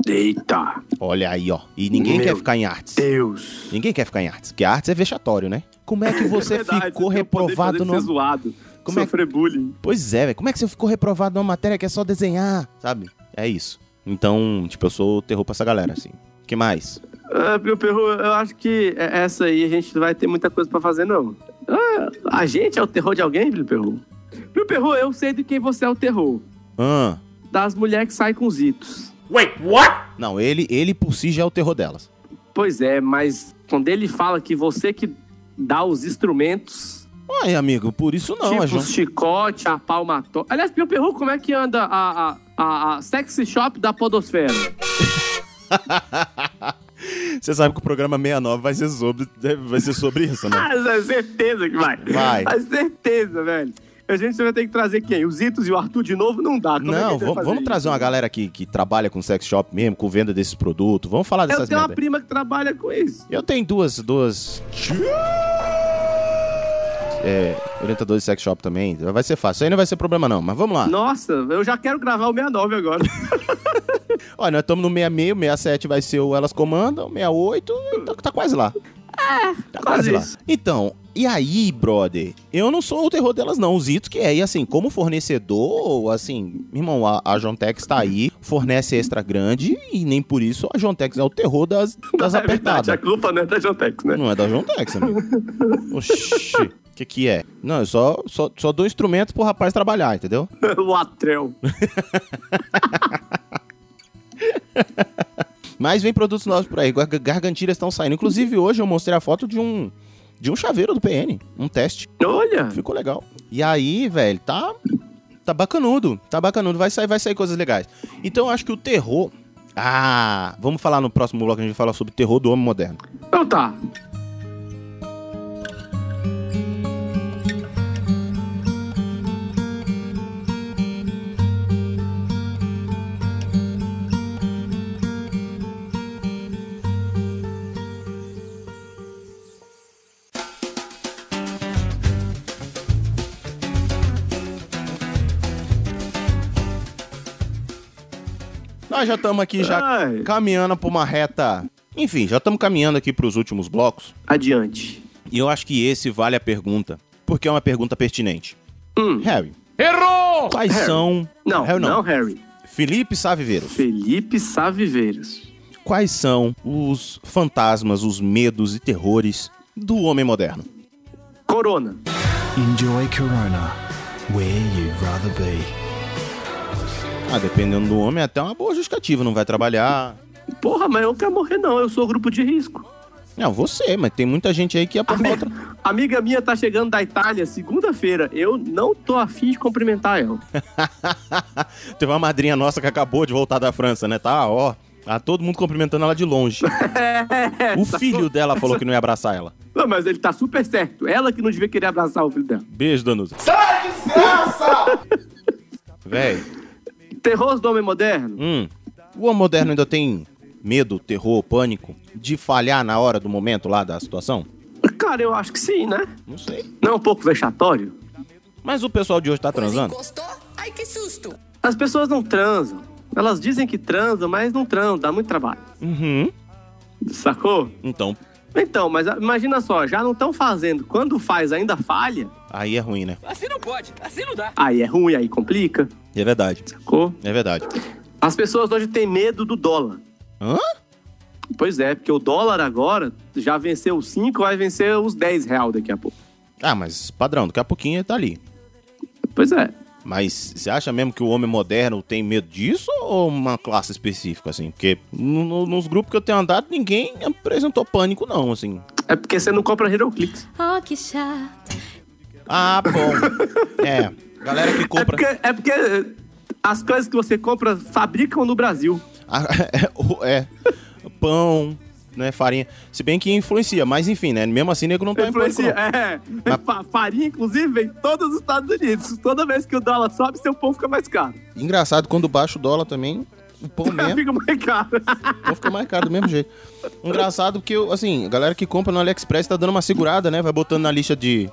Speaker 1: Eita!
Speaker 2: Olha aí, ó. E ninguém
Speaker 1: Meu
Speaker 2: quer ficar em artes.
Speaker 1: Deus!
Speaker 2: Ninguém quer ficar em artes, porque artes é vexatório, né? Como é que você ficou reprovado
Speaker 1: no.
Speaker 2: no.
Speaker 1: zoado.
Speaker 2: Como é
Speaker 1: Sofrer bullying.
Speaker 2: Pois é, velho. Como é que você ficou reprovado numa matéria que é só desenhar, sabe? É isso. Então, tipo, eu sou o terror pra essa galera, assim. que mais?
Speaker 1: Ah, meu perru, eu acho que é- essa aí a gente não vai ter muita coisa pra fazer, não. Ah, a gente é o terror de alguém, meu perru? Meu perru, eu sei de quem você é o terror.
Speaker 2: Ah.
Speaker 1: Das mulheres que saem com zitos.
Speaker 2: Wait, what? Não, ele, ele por si já é o terror delas.
Speaker 1: Pois é, mas quando ele fala que você que dá os instrumentos,
Speaker 2: Ai, amigo, por isso não, é
Speaker 1: tipo
Speaker 2: João.
Speaker 1: o chicote, a palmatória. Aliás, meu perru, como é que anda a, a, a, a sexy shop da podosfera?
Speaker 2: Você sabe que o programa 69 vai ser sobre, é, vai ser sobre isso, né?
Speaker 1: Ah, é certeza que vai.
Speaker 2: Vai.
Speaker 1: É certeza, velho. A gente vai ter que trazer quem? Os Itos e o Arthur de novo? Não dá. Como é que a
Speaker 2: Não,
Speaker 1: gente vai
Speaker 2: vamos,
Speaker 1: fazer
Speaker 2: vamos
Speaker 1: isso?
Speaker 2: trazer uma galera que, que trabalha com sex shop mesmo, com venda desses produtos. Vamos falar
Speaker 1: Eu
Speaker 2: dessas
Speaker 1: tenho uma
Speaker 2: merda aí.
Speaker 1: prima que trabalha com isso.
Speaker 2: Eu tenho duas, duas. É, orientadores de sex shop também. Vai ser fácil. Isso aí não vai ser problema, não. Mas vamos lá.
Speaker 1: Nossa, eu já quero gravar o 69 agora.
Speaker 2: Olha, nós estamos no 66, 67 vai ser o Elas Comandam, 68, tá, tá quase lá. Tá quase,
Speaker 1: Ah, quase
Speaker 2: lá.
Speaker 1: isso.
Speaker 2: Então, e aí, brother? Eu não sou o terror delas, não. O Zito que é. E assim, como fornecedor, assim, irmão, a, a Jontex tá aí, fornece extra grande e nem por isso a Jontex é o terror das, das
Speaker 1: É verdade,
Speaker 2: apertadas.
Speaker 1: a culpa não é da Jontex, né?
Speaker 2: Não é da Jontex, amigo. Oxi, o que que é? Não, eu só, só, só dou instrumento pro rapaz trabalhar, entendeu?
Speaker 1: o Atrel.
Speaker 2: Mas vem produtos novos por aí. gar- Gargantilhas estão saindo. Inclusive, hoje eu mostrei a foto de um de um chaveiro do PN. Um teste.
Speaker 1: Olha!
Speaker 2: Ficou legal. E aí, velho, tá. Tá bacanudo. Tá bacanudo. Vai sair, vai sair coisas legais. Então eu acho que o terror. Ah, vamos falar no próximo bloco, a gente vai falar sobre o terror do homem moderno.
Speaker 1: Então tá.
Speaker 2: Nós já estamos aqui já caminhando por uma reta. Enfim, já estamos caminhando aqui para os últimos blocos.
Speaker 1: Adiante.
Speaker 2: E eu acho que esse vale a pergunta, porque é uma pergunta pertinente. Harry, Errou! Quais são.
Speaker 1: Hum. Não,
Speaker 2: Harry
Speaker 1: não, Harry.
Speaker 2: Felipe Saviveiros.
Speaker 1: Felipe Saviveiros.
Speaker 2: Quais são os fantasmas, os medos e terrores do homem moderno?
Speaker 1: Corona.
Speaker 20: Enjoy Corona, where you'd rather be.
Speaker 2: Ah, dependendo do homem, é até uma boa justificativa. Não vai trabalhar.
Speaker 1: Porra, mas eu não quero morrer, não. Eu sou grupo de risco.
Speaker 2: Não, você, mas tem muita gente aí que é por
Speaker 1: Amiga,
Speaker 2: outra.
Speaker 1: amiga minha tá chegando da Itália segunda-feira. Eu não tô afim de cumprimentar ela.
Speaker 2: Teve uma madrinha nossa que acabou de voltar da França, né? Tá, ó. Tá todo mundo cumprimentando ela de longe. o
Speaker 1: Tá
Speaker 2: filho dela falou que não ia abraçar ela.
Speaker 1: Não, mas ele tá super certo. Ela que não devia querer abraçar o filho dela.
Speaker 2: Beijo, Danusa.
Speaker 1: Sai, desgraça!
Speaker 2: Véi.
Speaker 1: Terror do homem moderno?
Speaker 2: Hum. O homem moderno ainda tem medo, terror, pânico de falhar na hora do momento lá da situação?
Speaker 1: Cara, eu acho que sim, né?
Speaker 2: Não sei.
Speaker 1: Não é um pouco vexatório?
Speaker 2: Mas o pessoal de hoje tá transando?
Speaker 1: Ai, que susto! As pessoas não transam. Elas dizem que transam, mas não transam, dá muito trabalho.
Speaker 2: Uhum.
Speaker 1: Sacou?
Speaker 2: Então,
Speaker 1: Então, mas ah, imagina só, já não estão fazendo. Quando faz, ainda falha,
Speaker 2: aí é ruim, né?
Speaker 15: Assim não pode, assim não dá.
Speaker 1: aí é ruim, aí complica.
Speaker 2: É verdade.
Speaker 1: Sacou?
Speaker 2: É verdade.
Speaker 1: As pessoas hoje têm medo do dólar.
Speaker 2: Hã?
Speaker 1: Pois é, porque o dólar agora já venceu os 5, vai vencer os 10 real daqui a pouco.
Speaker 2: Ah, mas padrão, daqui a pouquinho ele tá ali.
Speaker 1: Pois é.
Speaker 2: Mas você acha mesmo que o homem moderno tem medo disso ou uma classe específica, assim? Porque no- no- nos grupos que eu tenho andado, ninguém apresentou pânico, não, assim.
Speaker 1: É porque você não compra HeroClix.
Speaker 4: Oh, que chato.
Speaker 2: Ah, bom. é. Galera que
Speaker 1: É
Speaker 2: compra.
Speaker 1: porque, é porque eh, as coisas que você compra fabricam no Brasil.
Speaker 2: Ah, é, o- é. Pão, né? Farinha. Se bem que influencia, mas enfim, né? Mesmo assim, nego não tá em pânico.
Speaker 1: Influencia,
Speaker 2: não.
Speaker 1: é. Fa- Farinha, inclusive, vem todos os Estados Unidos. Toda vez que o dólar sobe, seu pão fica mais caro.
Speaker 2: Engraçado, quando baixa o dólar também, o pão mesmo,
Speaker 1: fica mais caro.
Speaker 2: então fica mais caro do mesmo jeito. Engraçado porque, eu, assim, a galera que compra no AliExpress tá dando uma segurada, né? Vai botando na lista de...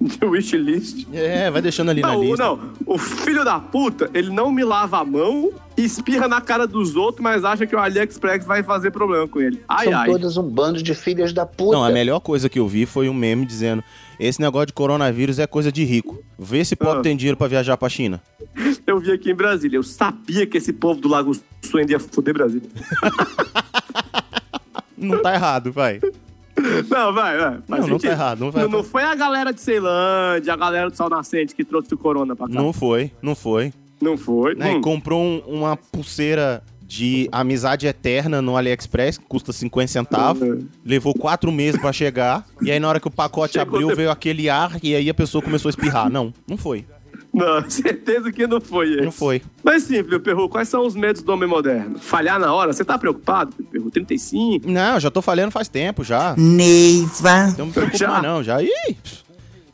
Speaker 1: De wishlist.
Speaker 2: É, vai deixando ali na
Speaker 1: Não, o-
Speaker 2: lista.
Speaker 1: não, o filho da puta, ele não me lava a mão, espirra na cara dos outros, mas acha que o AliExpress vai fazer problema com ele. Ai,
Speaker 16: São
Speaker 1: ai.
Speaker 16: todas um bando de filhas da puta.
Speaker 2: Não, a melhor coisa que eu vi foi um meme dizendo: esse negócio de coronavírus é coisa de rico. Vê se pobre tem dinheiro pra viajar pra China.
Speaker 1: Eu vi aqui em Brasília. Eu sabia que esse povo do Lago Sul ainda ia foder Brasília.
Speaker 2: Não tá errado, vai.
Speaker 1: Não, vai, vai. faz
Speaker 2: Não, não tá
Speaker 1: sentido.
Speaker 2: errado, não vai-
Speaker 1: não foi a galera de Ceilândia, a galera do Sol Nascente que trouxe o corona pra cá.
Speaker 2: Não foi, não foi.
Speaker 1: Não foi.
Speaker 2: Né, e
Speaker 1: Hum.
Speaker 2: comprou um- uma pulseira de amizade eterna no AliExpress, que custa 50 centavos. Levou quatro meses pra chegar. E aí, na hora que o pacote abriu, veio aquele ar e aí a pessoa começou a espirrar. Não, não foi.
Speaker 1: Não, certeza que não foi esse.
Speaker 2: Não foi.
Speaker 1: Mas sim, Felipe Perru, quais são os medos do homem moderno? Falhar na hora? Você tá preocupado, Felipe Perru? 35?
Speaker 2: Não, já tô falhando faz tempo já. Então,
Speaker 1: Neiva.
Speaker 2: Não me preocupo mais não, já. Ih,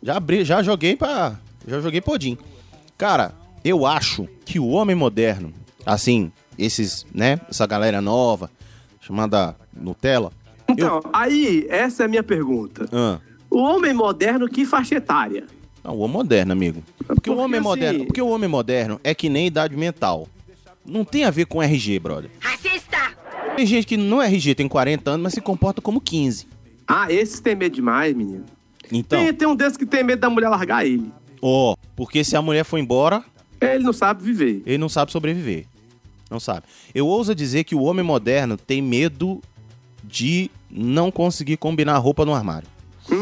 Speaker 2: já abri, já joguei pra. Já joguei podim. Cara, eu acho que o homem moderno, assim, esses, né? Essa galera nova, chamada Nutella.
Speaker 1: Então, aí, essa é a minha pergunta.
Speaker 2: Ah,
Speaker 1: O homem moderno, que faixa etária?
Speaker 2: não, o homem moderno, amigo. Porque, o homem
Speaker 1: assim-
Speaker 2: moderno. Porque o homem moderno é que nem idade mental. Não tem a ver com RG, brother. Racista! Tem gente que no RG tem 40 anos, mas se comporta como 15.
Speaker 1: Ah, esses têm medo demais, menino.
Speaker 2: Então.
Speaker 1: Tem, tem um desses que tem medo da mulher largar ele.
Speaker 2: Ó, porque se a mulher for embora,
Speaker 1: Ele não sabe viver.
Speaker 2: ele não sabe sobreviver. Não sabe. Eu ouso dizer que o homem moderno tem medo de não conseguir combinar a roupa no armário.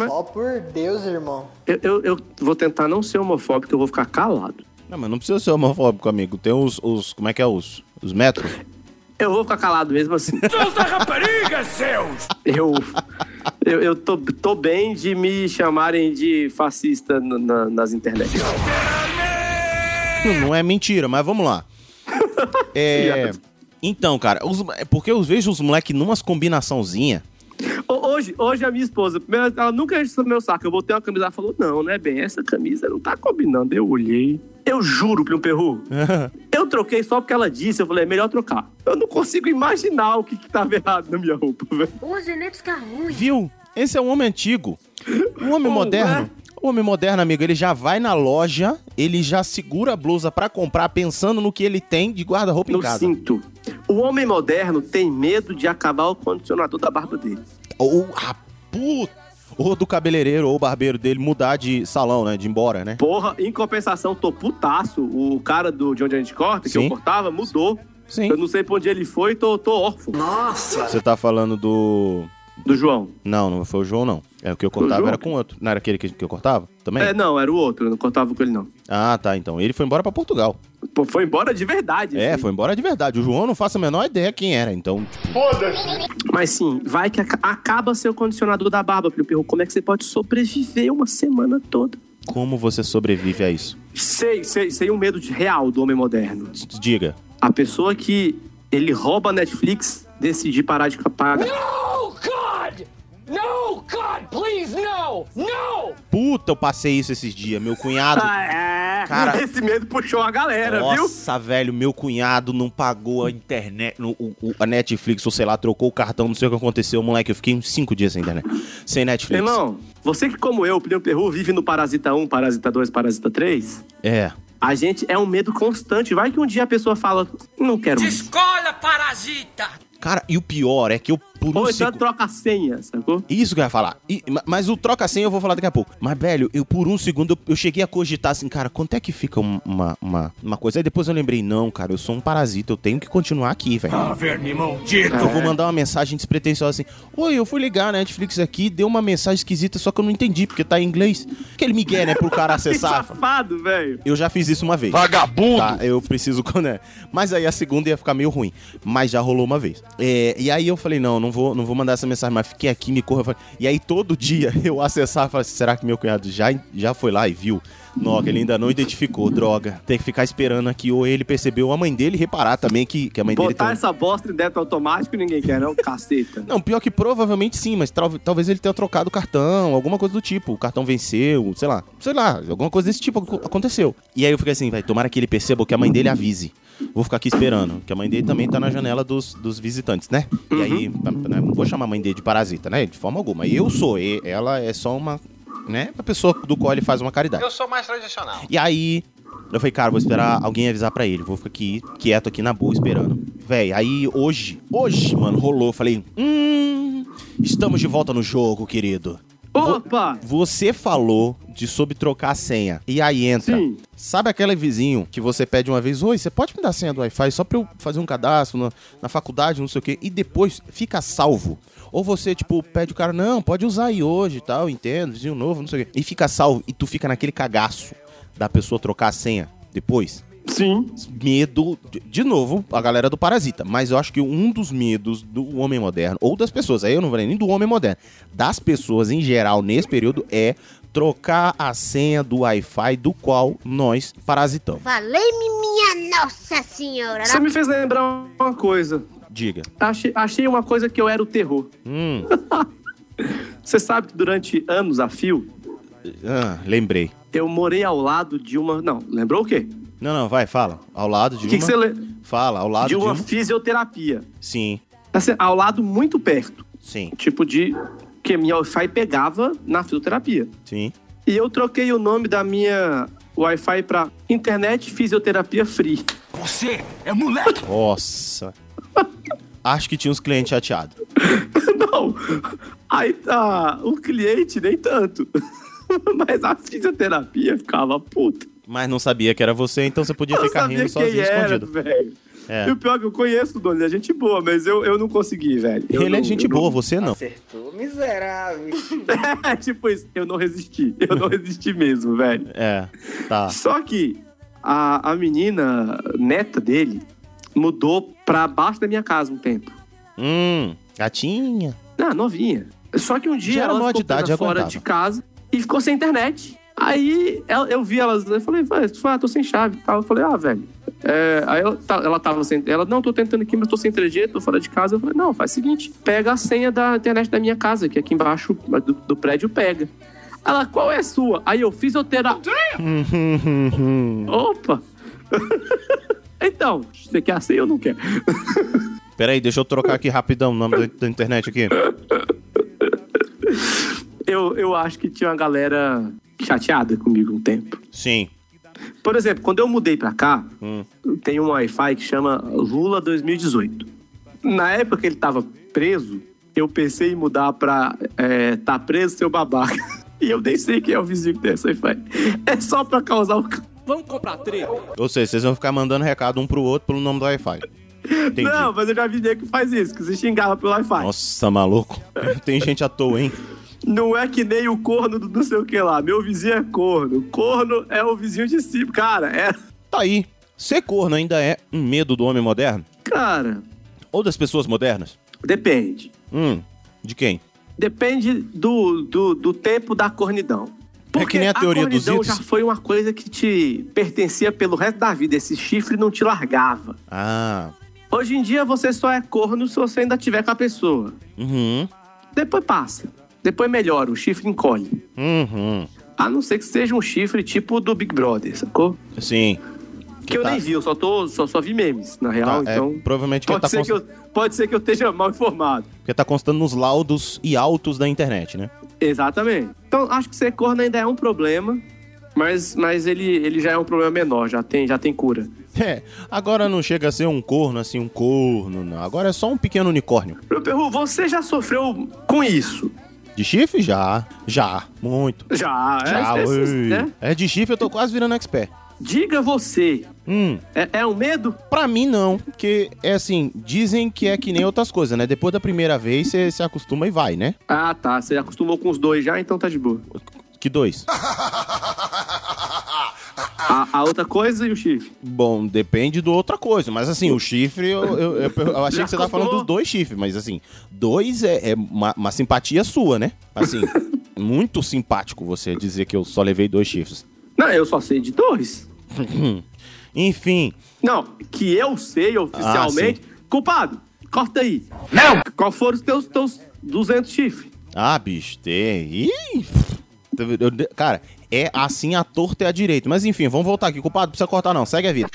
Speaker 16: Só por Deus, irmão.
Speaker 1: Eu, eu- eu vou tentar não ser homofóbico, eu vou ficar calado.
Speaker 2: Não, mas não precisa ser homofóbico, amigo. Tem os. os como é que é os? Os metros?
Speaker 1: Eu vou ficar calado mesmo assim.
Speaker 15: Solta a rapariga, seus!
Speaker 1: Eu, eu, eu tô, tô bem de me chamarem de fascista na- na- nas internet.
Speaker 2: Não, não é mentira, mas vamos lá. É. Então, cara, os- é porque eu vejo os moleques numas combinaçãozinha.
Speaker 1: Ho- Hoje, hoje a minha esposa, primeiro, ela nunca encheu meu saco. Eu botei uma camisa, ela falou, não, não é bem, essa camisa não tá combinando. Eu olhei. Eu juro, Plum Perru, eu troquei só porque ela disse. Eu falei, é melhor trocar. Eu não consigo imaginar o que que tava errado na minha roupa, velho.
Speaker 15: O genética ruim.
Speaker 2: Viu? Esse é um homem antigo. O homem moderno. O homem moderno, amigo, ele já vai na loja, ele já segura a blusa pra comprar pensando no que ele tem de guarda-roupa em
Speaker 1: No
Speaker 2: casa.
Speaker 1: cinto. O homem moderno tem medo de acabar o condicionador da barba dele.
Speaker 2: Ou a puta ou do cabeleireiro ou barbeiro dele mudar de salão, né? De ir embora, né?
Speaker 1: Porra, em compensação, tô putaço. O cara do, de onde a gente corta, que
Speaker 2: Sim.
Speaker 1: eu cortava, mudou.
Speaker 2: Sim.
Speaker 1: Eu não sei pra onde ele foi, tô, tô órfão.
Speaker 2: Você tá falando do.
Speaker 1: Do João.
Speaker 2: Não, não foi o João, não. É, o que eu
Speaker 1: João?
Speaker 2: cortava era com outro. Não era aquele que, que eu cortava? Também?
Speaker 1: É, não, era o outro, eu não cortava com ele, não.
Speaker 2: Ah, tá. Então, ele foi embora pra Portugal.
Speaker 1: Pô, foi embora de verdade. assim.
Speaker 2: É, foi embora de verdade. O João não faço a menor ideia quem era, então. tipo,
Speaker 1: Foda-se! Mas sim, vai que aca- acaba seu condicionador da barba, Felipe Perro. Como é que você pode sobreviver uma semana toda?
Speaker 2: como você sobrevive a isso?
Speaker 1: Sei, sei, sei um medo de real do homem moderno.
Speaker 2: Diga.
Speaker 1: A pessoa que ele rouba a Netflix decidir parar de pagar.
Speaker 15: No, God! No, God, please, no! No!
Speaker 2: Puta, eu passei isso esses dias. Meu cunhado.
Speaker 1: é.
Speaker 2: Cara-
Speaker 1: Esse medo puxou a galera, viu?
Speaker 2: Nossa, velho, meu cunhado não pagou a internet, no- o- o- a Netflix, ou sei lá, trocou o cartão, não sei o que aconteceu, moleque. Eu fiquei uns cinco dias sem internet. Sem Netflix.
Speaker 1: Irmão, você que, como eu, Pneu Perru, vive no Parasita 1, Parasita 2, Parasita 3,
Speaker 2: É.
Speaker 1: a gente é um medo constante. Vai que um dia a pessoa fala, não quero mais.
Speaker 15: Escola parasita!
Speaker 2: Cara, e o pior é que eu por um
Speaker 1: Ou então
Speaker 2: segundo.
Speaker 1: troca a senha, sacou?
Speaker 2: Isso que eu ia falar. E- ma- mas o troca senha eu vou falar daqui a pouco. Mas, velho, eu por um segundo eu, eu cheguei a cogitar assim, cara, quanto é que fica um- uma, uma, uma coisa? Aí depois eu lembrei, não, cara, eu sou um parasita, eu tenho que continuar aqui, velho.
Speaker 15: verme
Speaker 2: Eu vou mandar uma mensagem despretensiosa assim. Oi, eu fui ligar na Netflix aqui, deu uma mensagem esquisita, só que eu não entendi, porque tá em inglês. Aquele migué, né, pro
Speaker 1: Que
Speaker 2: cara acessar.
Speaker 1: safado, velho.
Speaker 2: Eu já fiz isso uma vez. Vagabundo! Tá, eu preciso. quando é. Mas aí a segunda ia ficar meio ruim. Mas já rolou uma vez. É, e aí eu falei: não, não vou, não vou mandar essa mensagem, mas fiquei aqui, me corra. Eu falei- E aí todo dia eu acessava e falava assim: será que meu cunhado já, já foi lá e viu? Nossa, ele ainda não identificou, droga. Tem que ficar esperando aqui, ou ele percebeu, ou a mãe dele reparar também que, que a mãe dele.
Speaker 1: Botar
Speaker 2: tem um-
Speaker 1: essa bosta em débito automático ninguém quer, não, caceta.
Speaker 2: Não, pior que provavelmente sim, mas tal- talvez ele tenha trocado o cartão, alguma coisa do tipo. O cartão venceu, sei lá, sei lá, alguma coisa desse tipo ac- aconteceu. E aí eu fiquei assim, vai, tomara que ele perceba ou que a mãe dele avise. Vou ficar aqui esperando, que a mãe dele também tá na janela dos, dos visitantes, né? E aí, tá, né, não vou chamar a mãe dele de parasita, né? De forma alguma. Eu sou, e ela é só uma, né? Uma pessoa do qual ele faz uma caridade.
Speaker 5: Eu sou mais tradicional.
Speaker 2: E aí, eu falei, cara, vou esperar alguém avisar pra ele. Vou ficar aqui, quieto aqui na boa, esperando. Véi, aí hoje, hoje, mano, rolou. Falei, hum, estamos de volta no jogo, querido.
Speaker 1: Opa!
Speaker 2: Você falou de sobre trocar a senha. E aí entra. Sabe aquele vizinho que você pede uma vez, oi, você pode me dar a senha do Wi-Fi só pra eu fazer um cadastro na, na faculdade, não sei o quê, e depois fica salvo. Ou você, tipo, pede o cara, não, pode usar aí hoje e tal, entendo, vizinho novo, não sei o quê. E fica salvo, e tu fica naquele cagaço da pessoa trocar a senha depois.
Speaker 1: Sim.
Speaker 2: Medo, de- de novo, a galera do Parasita. Mas eu acho que um dos medos do homem moderno, ou das pessoas, aí eu não falei nem do homem moderno, das pessoas em geral nesse período é trocar a senha do Wi-Fi do qual nós parasitamos.
Speaker 10: Falei-me, minha Nossa Senhora!
Speaker 1: Você me fez lembrar uma coisa.
Speaker 2: Diga.
Speaker 1: Achei, achei uma coisa que eu era o terror.
Speaker 2: Hum.
Speaker 1: Você sabe que durante anos a fio,
Speaker 2: Ah, lembrei.
Speaker 1: eu morei ao lado de uma... Não, lembrou o quê?
Speaker 2: Não, não, vai, fala. Ao lado de
Speaker 1: Que que
Speaker 2: uma... Ah,
Speaker 1: você le-
Speaker 2: Fala, ao lado
Speaker 1: de uma
Speaker 2: de uma...
Speaker 1: fisioterapia.
Speaker 2: Sim,
Speaker 1: Assim, ao lado muito perto.
Speaker 2: Sim.
Speaker 1: Tipo de... Que minha Wi-Fi pegava na fisioterapia.
Speaker 2: sim.
Speaker 1: E eu troquei o nome da minha Wi-Fi pra Internet Fisioterapia Free.
Speaker 15: Você é moleque!
Speaker 2: Nossa. Acho que tinha uns clientes chateados.
Speaker 1: Não, aí tá, o cliente nem tanto. Mas a fisioterapia ficava puta.
Speaker 2: Mas não sabia que era você, então você podia
Speaker 1: Eu não
Speaker 2: ficar
Speaker 1: sabia
Speaker 2: rindo sozinho,
Speaker 1: quem era,
Speaker 2: escondido.
Speaker 1: velho.
Speaker 2: É.
Speaker 1: E o pior é que eu conheço o dono, ele é gente boa, mas eu, eu não consegui, velho. Eu
Speaker 2: Ele
Speaker 1: não-
Speaker 2: é gente
Speaker 1: eu não-
Speaker 2: boa, você não.
Speaker 16: Tô miserável.
Speaker 1: É, tipo isso, eu não resisti. Eu não resisti mesmo, velho.
Speaker 2: É, tá.
Speaker 1: Só que a, a menina, neta dele, mudou pra baixo da minha casa um tempo.
Speaker 2: Hum, gatinha.
Speaker 1: Ah, novinha. Só que um
Speaker 2: Já
Speaker 1: dia
Speaker 2: era
Speaker 1: ela
Speaker 2: maior
Speaker 1: ficou
Speaker 2: de idade,
Speaker 1: presa
Speaker 2: já
Speaker 1: fora
Speaker 2: aguentava.
Speaker 1: de casa e ficou sem internet. Aí ela- eu vi elas, eu falei, "Vai, tu fala, ah, tô sem chave e tal. Eu falei, ah, velho. é, aí ela, tá- ela tava sem. Ela, não, tô tentando aqui, mas tô sem 3G, tô fora de casa. Eu falei, não, faz o seguinte, pega a senha da internet da minha casa, que aqui embaixo do, do prédio pega. Ela, qual é a sua? Aí eu fisioterapia. Opa! então, você quer a senha ou não quer?
Speaker 2: Peraí, deixa eu trocar aqui rapidão o nome da, da internet aqui.
Speaker 1: Eu, eu acho que tinha uma galera chateada comigo um tempo.
Speaker 2: Sim.
Speaker 1: Por exemplo, quando eu mudei pra cá,
Speaker 2: Hum.
Speaker 1: tem um Wi-Fi que chama Lula 2018. Na época que ele tava preso, eu pensei em mudar pra é, Tá Preso, Seu Babaca. E eu nem sei quem é o vizinho que tem essa aí, É só pra causar o... Vamos comprar treta.
Speaker 2: Ou seja, vocês vão ficar mandando recado um pro outro pelo nome do Wi-Fi. Entendi.
Speaker 1: Não, mas eu já vi nego que faz isso, que se xingava pelo Wi-Fi.
Speaker 2: Nossa, maluco. Tem gente à toa, hein?
Speaker 1: Não é que nem o corno do não sei o que lá. Meu vizinho é corno. Corno é o vizinho de si. Cara, é.
Speaker 2: Tá aí. Ser corno ainda é um medo do homem moderno?
Speaker 1: Cara.
Speaker 2: Ou das pessoas modernas?
Speaker 1: Depende.
Speaker 2: Hum. De quem?
Speaker 1: Depende do, do, do tempo da cornidão. Porque
Speaker 2: É nem a teoria dos
Speaker 1: cornidão
Speaker 2: idos.
Speaker 1: já foi uma coisa que te pertencia pelo resto da vida. Esse chifre não te largava.
Speaker 2: Ah.
Speaker 1: Hoje em dia você só é corno se você ainda tiver com a pessoa.
Speaker 2: Uhum.
Speaker 1: Depois passa. Depois melhora, o chifre encolhe.
Speaker 2: Uhum.
Speaker 1: A não ser que seja um chifre tipo do Big Brother, sacou?
Speaker 2: Sim.
Speaker 1: Que eu
Speaker 2: tá-
Speaker 1: nem vi, eu só, tô, só, só vi memes, na real,
Speaker 2: Tá, é,
Speaker 1: então...
Speaker 2: provavelmente quem
Speaker 1: pode,
Speaker 2: tá
Speaker 1: ser que eu, pode ser que eu esteja mal informado.
Speaker 2: Porque tá constando nos laudos e altos da internet, né?
Speaker 1: Exatamente. Então, acho que ser corno ainda é um problema, mas, mas ele, ele já é um problema menor, já tem, já tem cura.
Speaker 2: É, agora não chega a ser um corno, assim, um corno, não. Agora é só um pequeno unicórnio.
Speaker 1: Meu Perru, você já sofreu com isso?
Speaker 2: De chifre? Já. Já. Muito.
Speaker 1: Já, é-
Speaker 2: Já,
Speaker 1: é-
Speaker 2: ui.
Speaker 1: né?
Speaker 2: É de chifre, eu tô quase virando expert.
Speaker 1: Diga você.
Speaker 2: Hum.
Speaker 1: É, um medo?
Speaker 2: Pra mim, não. Porque, é assim, dizem que é que nem outras coisas, né? Depois da primeira vez, você se acostuma e vai, né?
Speaker 1: Ah, tá, você acostumou com os dois já, então tá de boa.
Speaker 2: Que dois?
Speaker 1: A, a outra coisa e o chifre?
Speaker 2: Bom, depende do outra coisa. Mas, assim, o chifre, eu, eu, eu- eu achei
Speaker 1: Já
Speaker 2: que você tava
Speaker 1: acostumou?
Speaker 2: falando dos dois chifres. Mas, assim, dois é, é uma, uma simpatia sua, né? Assim, muito simpático você dizer que eu só levei dois chifres.
Speaker 1: Não, eu só sei de dois.
Speaker 2: Enfim,
Speaker 1: Não, que eu sei oficialmente. Culpado, corta aí.
Speaker 2: Ah, Não!
Speaker 1: Qual foram os teus, teus 200 chifres?
Speaker 2: Ah, bicho, tem. Ih, tá eu- Cara, é assim a torta e a direita. Mas enfim, vamos voltar aqui. Culpado, não precisa cortar não. Segue a vida.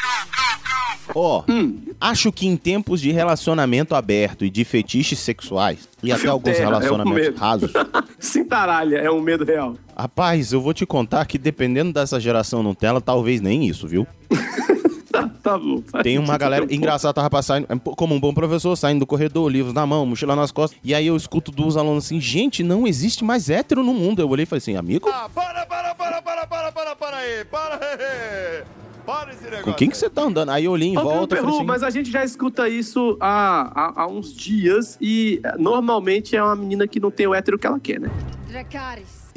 Speaker 2: Ó,
Speaker 1: Hum.
Speaker 2: acho que em tempos de relacionamento aberto e de fetiches sexuais, e até
Speaker 1: Meu
Speaker 2: alguns
Speaker 1: terra, é um
Speaker 2: relacionamentos
Speaker 1: medo.
Speaker 2: rasos,
Speaker 1: Cintaralha, é um medo real.
Speaker 2: rapaz, eu vou te contar que dependendo dessa geração Nutella, talvez nem isso, viu?
Speaker 1: Tá bom. faz
Speaker 2: Tem uma
Speaker 1: sentido,
Speaker 2: galera
Speaker 1: tá bom.
Speaker 2: engraçada, tava saindo, como um bom professor, saindo do corredor, livros na mão, mochila nas costas. E aí eu escuto dos alunos assim: gente, não existe mais hétero no mundo. Eu olhei e falei assim: amigo? Ah, para, para, para, para, para, para, para aí, para, para esse negócio. Com quem que você tá andando? Aí eu olhei em
Speaker 1: Ô,
Speaker 2: volta e
Speaker 1: Perru,
Speaker 2: falei assim:
Speaker 1: mas a gente já escuta isso há, há, há uns dias e eh, normalmente é uma menina que não tem o hétero que ela quer, né?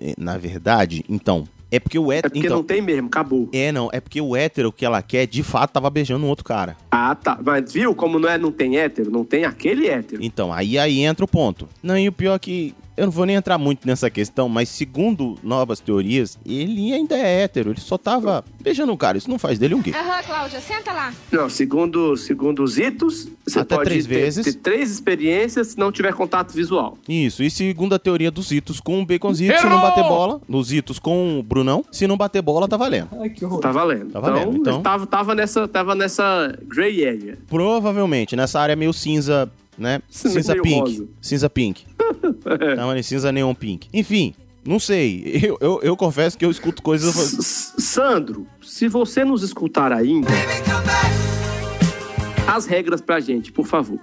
Speaker 2: "É, na verdade, então. É porque o hétero.
Speaker 1: Porque
Speaker 2: então,
Speaker 1: não tem mesmo, acabou.
Speaker 2: É, não. É porque o hétero que ela quer, de fato, tava beijando um outro cara.
Speaker 1: Ah, tá. Mas viu como não é não tem hétero? Não tem aquele hétero.
Speaker 2: Então, aí aí entra o ponto. Não, e o pior é que eu não vou nem entrar muito nessa questão, mas segundo novas teorias, ele ainda é hétero, ele só tava beijando um cara, isso não faz dele um gay.
Speaker 21: Aham, Cláudia, senta lá.
Speaker 1: Não, segundo, segundo os itos, você
Speaker 2: Até
Speaker 1: pode
Speaker 2: três
Speaker 1: ter,
Speaker 2: vezes.
Speaker 1: ter três experiências se não tiver contato visual.
Speaker 2: Isso, e segundo a teoria dos Itos com o Baconzito, se não
Speaker 1: Errou!
Speaker 2: bater bola, dos Itos com o Brunão, se não bater bola, tá valendo.
Speaker 1: Tá valendo.
Speaker 2: Tá valendo, então.
Speaker 1: Tava, tava, nessa, tava nessa gray area.
Speaker 2: Provavelmente, nessa área meio cinza, né?
Speaker 1: Cinza
Speaker 2: Cinza
Speaker 1: meio
Speaker 2: pink.
Speaker 1: rosa.
Speaker 2: Cinza pink. Não, nem cinza neon pink. Enfim, não sei. Eu, eu, eu confesso que eu escuto coisas. eu falo,
Speaker 1: Sandro, se você nos escutar ainda, as regras pra gente, por favor.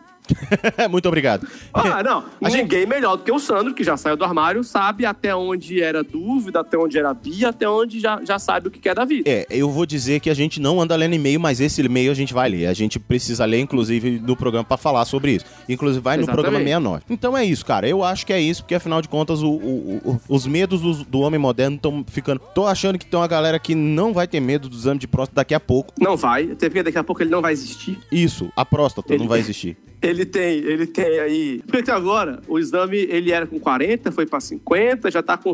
Speaker 2: Muito obrigado.
Speaker 1: Ah, não. ninguém melhor do que o Sandro, que já saiu do armário, sabe até onde era dúvida, até onde era bia, até onde já, já sabe o que quer da vida.
Speaker 2: É, eu vou dizer que a gente não anda lendo e-mail, mas esse e-mail a gente vai ler. A gente precisa ler, inclusive, no programa pra falar sobre isso. Inclusive, vai no
Speaker 1: Exatamente.
Speaker 2: programa 69. Então é isso, cara. Eu acho que é isso, porque afinal de contas, o- o- o- os medos dos- do, homem moderno estão ficando. Tô achando que tem uma galera que não vai ter medo do exame de próstata daqui a pouco.
Speaker 1: Não vai, até porque daqui a pouco ele não vai existir.
Speaker 2: Isso, a próstata não vai existir.
Speaker 1: Ele tem, ele tem aí. Porque agora, o exame, ele era com 40, foi pra 50, já tá com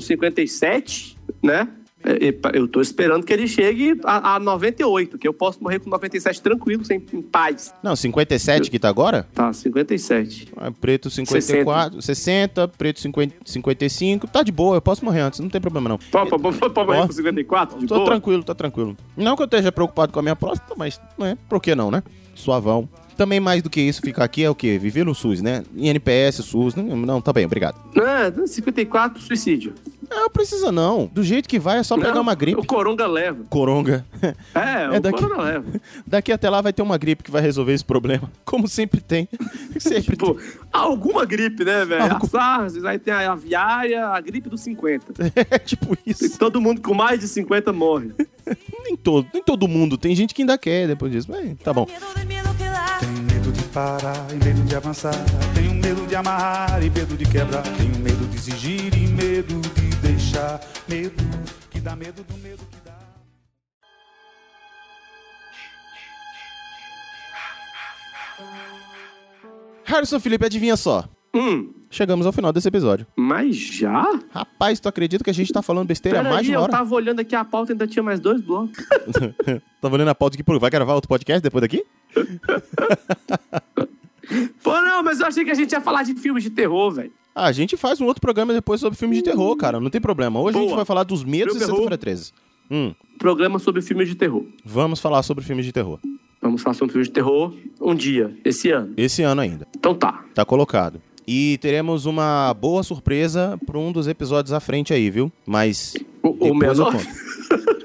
Speaker 1: 57, né? É, é, Eu tô esperando que ele chegue a, a 98, que eu posso morrer com 97 tranquilo, sem em paz.
Speaker 2: Não, 57 que tá agora? É,
Speaker 1: Tá, 57.
Speaker 2: preto 54, 60, preto 50, 55. Tá de boa, eu posso morrer antes, não tem problema não.
Speaker 1: Pô, pô, pô, pô, pô,
Speaker 2: Ó.
Speaker 1: morrer com 54, de
Speaker 2: Tô
Speaker 1: boa?
Speaker 2: tranquilo, tá tranquilo. Não que eu esteja preocupado com a minha próstata, mas né, por que não, né? Suavão. Também mais do que isso, ficar aqui é o quê? Viver no SUS, né? INPS, SUS, né? não, tá bem, obrigado.
Speaker 1: É, 54, suicídio.
Speaker 2: Não precisa não. Do jeito que vai é só pegar
Speaker 1: Não,
Speaker 2: uma gripe.
Speaker 1: O coronga leva.
Speaker 2: Coronga.
Speaker 1: É, o
Speaker 2: daqui,
Speaker 1: corona leva.
Speaker 2: daqui até lá vai ter uma gripe que vai resolver esse problema. Como sempre tem. Sempre
Speaker 1: tipo, alguma gripe, né, velho? A SARS, aí tem a aviária, a gripe dos 50.
Speaker 2: É tipo isso.
Speaker 1: todo mundo com mais de 50 morre.
Speaker 2: Nem todo, nem todo mundo. Tem gente que ainda quer depois disso. Mas tá bom.
Speaker 21: Tenho medo de parar e medo de avançar. Tenho medo de amarrar e medo de quebrar. Tenho medo de exigir e medo de deixar. Medo que dá medo do medo que dá.
Speaker 2: Harrison Felipe, adivinha só.
Speaker 1: Hum.
Speaker 2: Chegamos ao final desse episódio.
Speaker 1: Mas já?
Speaker 2: Rapaz, tu acredita que a gente tá falando besteira há
Speaker 1: Peraí,
Speaker 2: mais de uma
Speaker 1: eu
Speaker 2: hora?
Speaker 1: tava olhando aqui a pauta e ainda tinha mais dois blocos.
Speaker 2: Tava olhando a pauta aqui. pô, Vai gravar outro podcast depois daqui?
Speaker 1: Pô, não, mas eu achei que a gente ia falar de filmes de terror, velho.
Speaker 2: Ah, a gente faz um outro programa depois sobre filmes de terror, cara. Não tem problema. Hoje a gente
Speaker 1: Boa.
Speaker 2: vai falar dos medos
Speaker 1: Filme
Speaker 2: e
Speaker 1: terror.
Speaker 2: sexta-feira 13. Hum.
Speaker 1: Programa sobre filmes de terror.
Speaker 2: Vamos falar sobre filmes de terror.
Speaker 1: Vamos falar sobre filmes de terror um dia, esse ano.
Speaker 2: Esse ano ainda.
Speaker 1: Então tá.
Speaker 2: Tá colocado. E teremos uma boa surpresa pra um dos episódios à frente aí, viu? Mas.
Speaker 1: O,
Speaker 2: depois eu
Speaker 1: 69?
Speaker 2: conto.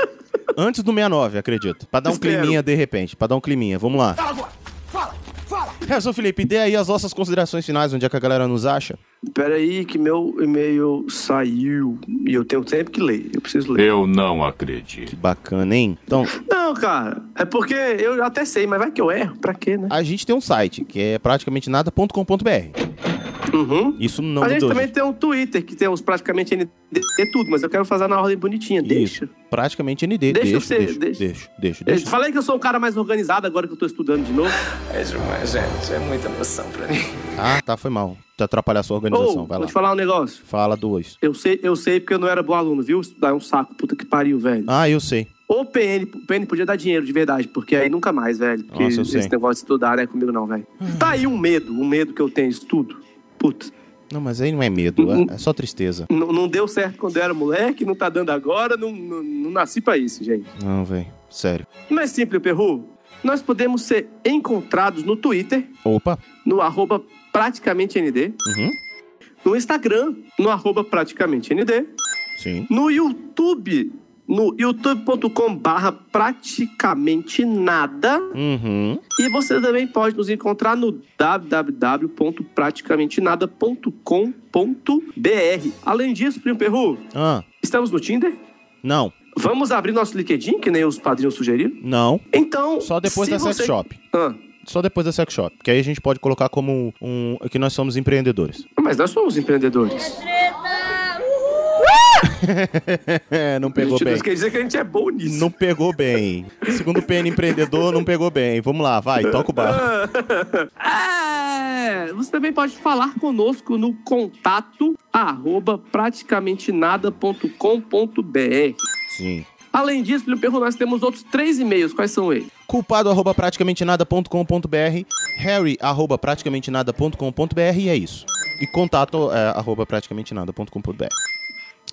Speaker 2: Antes do 69, acredito. Pra dar um
Speaker 1: Espero.
Speaker 2: climinha de repente. Pra dar um climinha. Vamos lá.
Speaker 18: agora! Fala! Fala!
Speaker 2: Harrison Felipe, dê aí as nossas considerações finais, onde é que a galera nos acha.
Speaker 1: Peraí, que meu e-mail saiu e eu tenho sempre que ler. Eu preciso ler.
Speaker 22: Eu não acredito.
Speaker 2: Que bacana, hein? Então,
Speaker 1: Não, cara, é porque eu até sei, mas vai que eu erro, pra quê, né?
Speaker 2: a gente tem um site, que é praticamente nada.com.br.
Speaker 1: Uhum.
Speaker 2: Isso Ah. não
Speaker 1: a gente
Speaker 2: mudou,
Speaker 1: também tem um Twitter que tem os praticamente ND de tudo, mas eu quero fazer na ordem bonitinha. Deixa.
Speaker 2: Praticamente ND.
Speaker 1: Deixa eu
Speaker 2: Deixa,
Speaker 1: ser-
Speaker 2: deixa,
Speaker 1: deixa.
Speaker 2: deixa, deixa,
Speaker 1: Eu
Speaker 2: deixa.
Speaker 1: falei que eu sou um cara mais organizado agora que eu tô estudando de novo.
Speaker 16: É demais, gente. É muita emoção pra mim.
Speaker 2: Ah, tá, foi mal. Te atrapalhar a sua organização,
Speaker 1: Ô,
Speaker 2: vai
Speaker 1: vou
Speaker 2: lá.
Speaker 1: te falar um negócio.
Speaker 2: Fala dois.
Speaker 1: Eu sei, eu sei porque eu não era bom aluno, viu? Estudar é um saco, puta que pariu, velho.
Speaker 2: Ah, eu sei.
Speaker 1: Ou PN, PN podia dar dinheiro de verdade, porque aí nunca mais, velho. Porque
Speaker 2: Nossa, eu
Speaker 1: esse
Speaker 2: sei. Ah.
Speaker 1: negócio de estudar não é comigo, não, velho. Tá aí um medo, um medo que eu tenho, de estudo. Puta.
Speaker 2: Não, mas aí não é medo, é- é só tristeza.
Speaker 1: N- não deu certo quando eu era moleque, não tá dando agora, não, não, não nasci pra isso, gente.
Speaker 2: Não, velho. Sério.
Speaker 1: Mas simples, Perru, nós podemos ser encontrados no Twitter,
Speaker 2: Opa.
Speaker 1: no arroba praticamente ND,
Speaker 2: Uhum.
Speaker 1: no Instagram, no arroba praticamente ND,
Speaker 2: Sim.
Speaker 1: no YouTube, no youtube.com barra praticamente nada.
Speaker 2: Uhum.
Speaker 1: E você também pode nos encontrar no www.praticamentenada.com.br. Além disso, Primo Perru,
Speaker 2: Ah,
Speaker 1: estamos no Tinder?
Speaker 2: não.
Speaker 1: Vamos abrir nosso LinkedIn, que nem os padrinhos sugeriram?
Speaker 2: Não.
Speaker 1: Então.
Speaker 2: Só depois
Speaker 1: se
Speaker 2: da sex
Speaker 1: você-
Speaker 2: shop.
Speaker 1: Ah,
Speaker 2: Só depois da sex shop. Que aí a gente pode colocar como um. que nós somos empreendedores.
Speaker 1: mas nós somos empreendedores.
Speaker 2: É, não pegou
Speaker 1: Gente,
Speaker 2: bem.
Speaker 1: Isso quer dizer que a gente é bom nisso.
Speaker 2: Não pegou bem. Segundo o PN empreendedor, não pegou bem. Vamos lá, vai, toca o barco.
Speaker 1: É, você também pode falar conosco no contato arroba praticamente nada.com.br.
Speaker 2: Sim.
Speaker 1: Além disso, Felipe Perro, nós temos outros três e-mails. Quais são eles?
Speaker 2: culpado arroba praticamente nada.com.br, harry arroba praticamente nada.com.br e é isso. E contato é, arroba praticamente nada.com.br.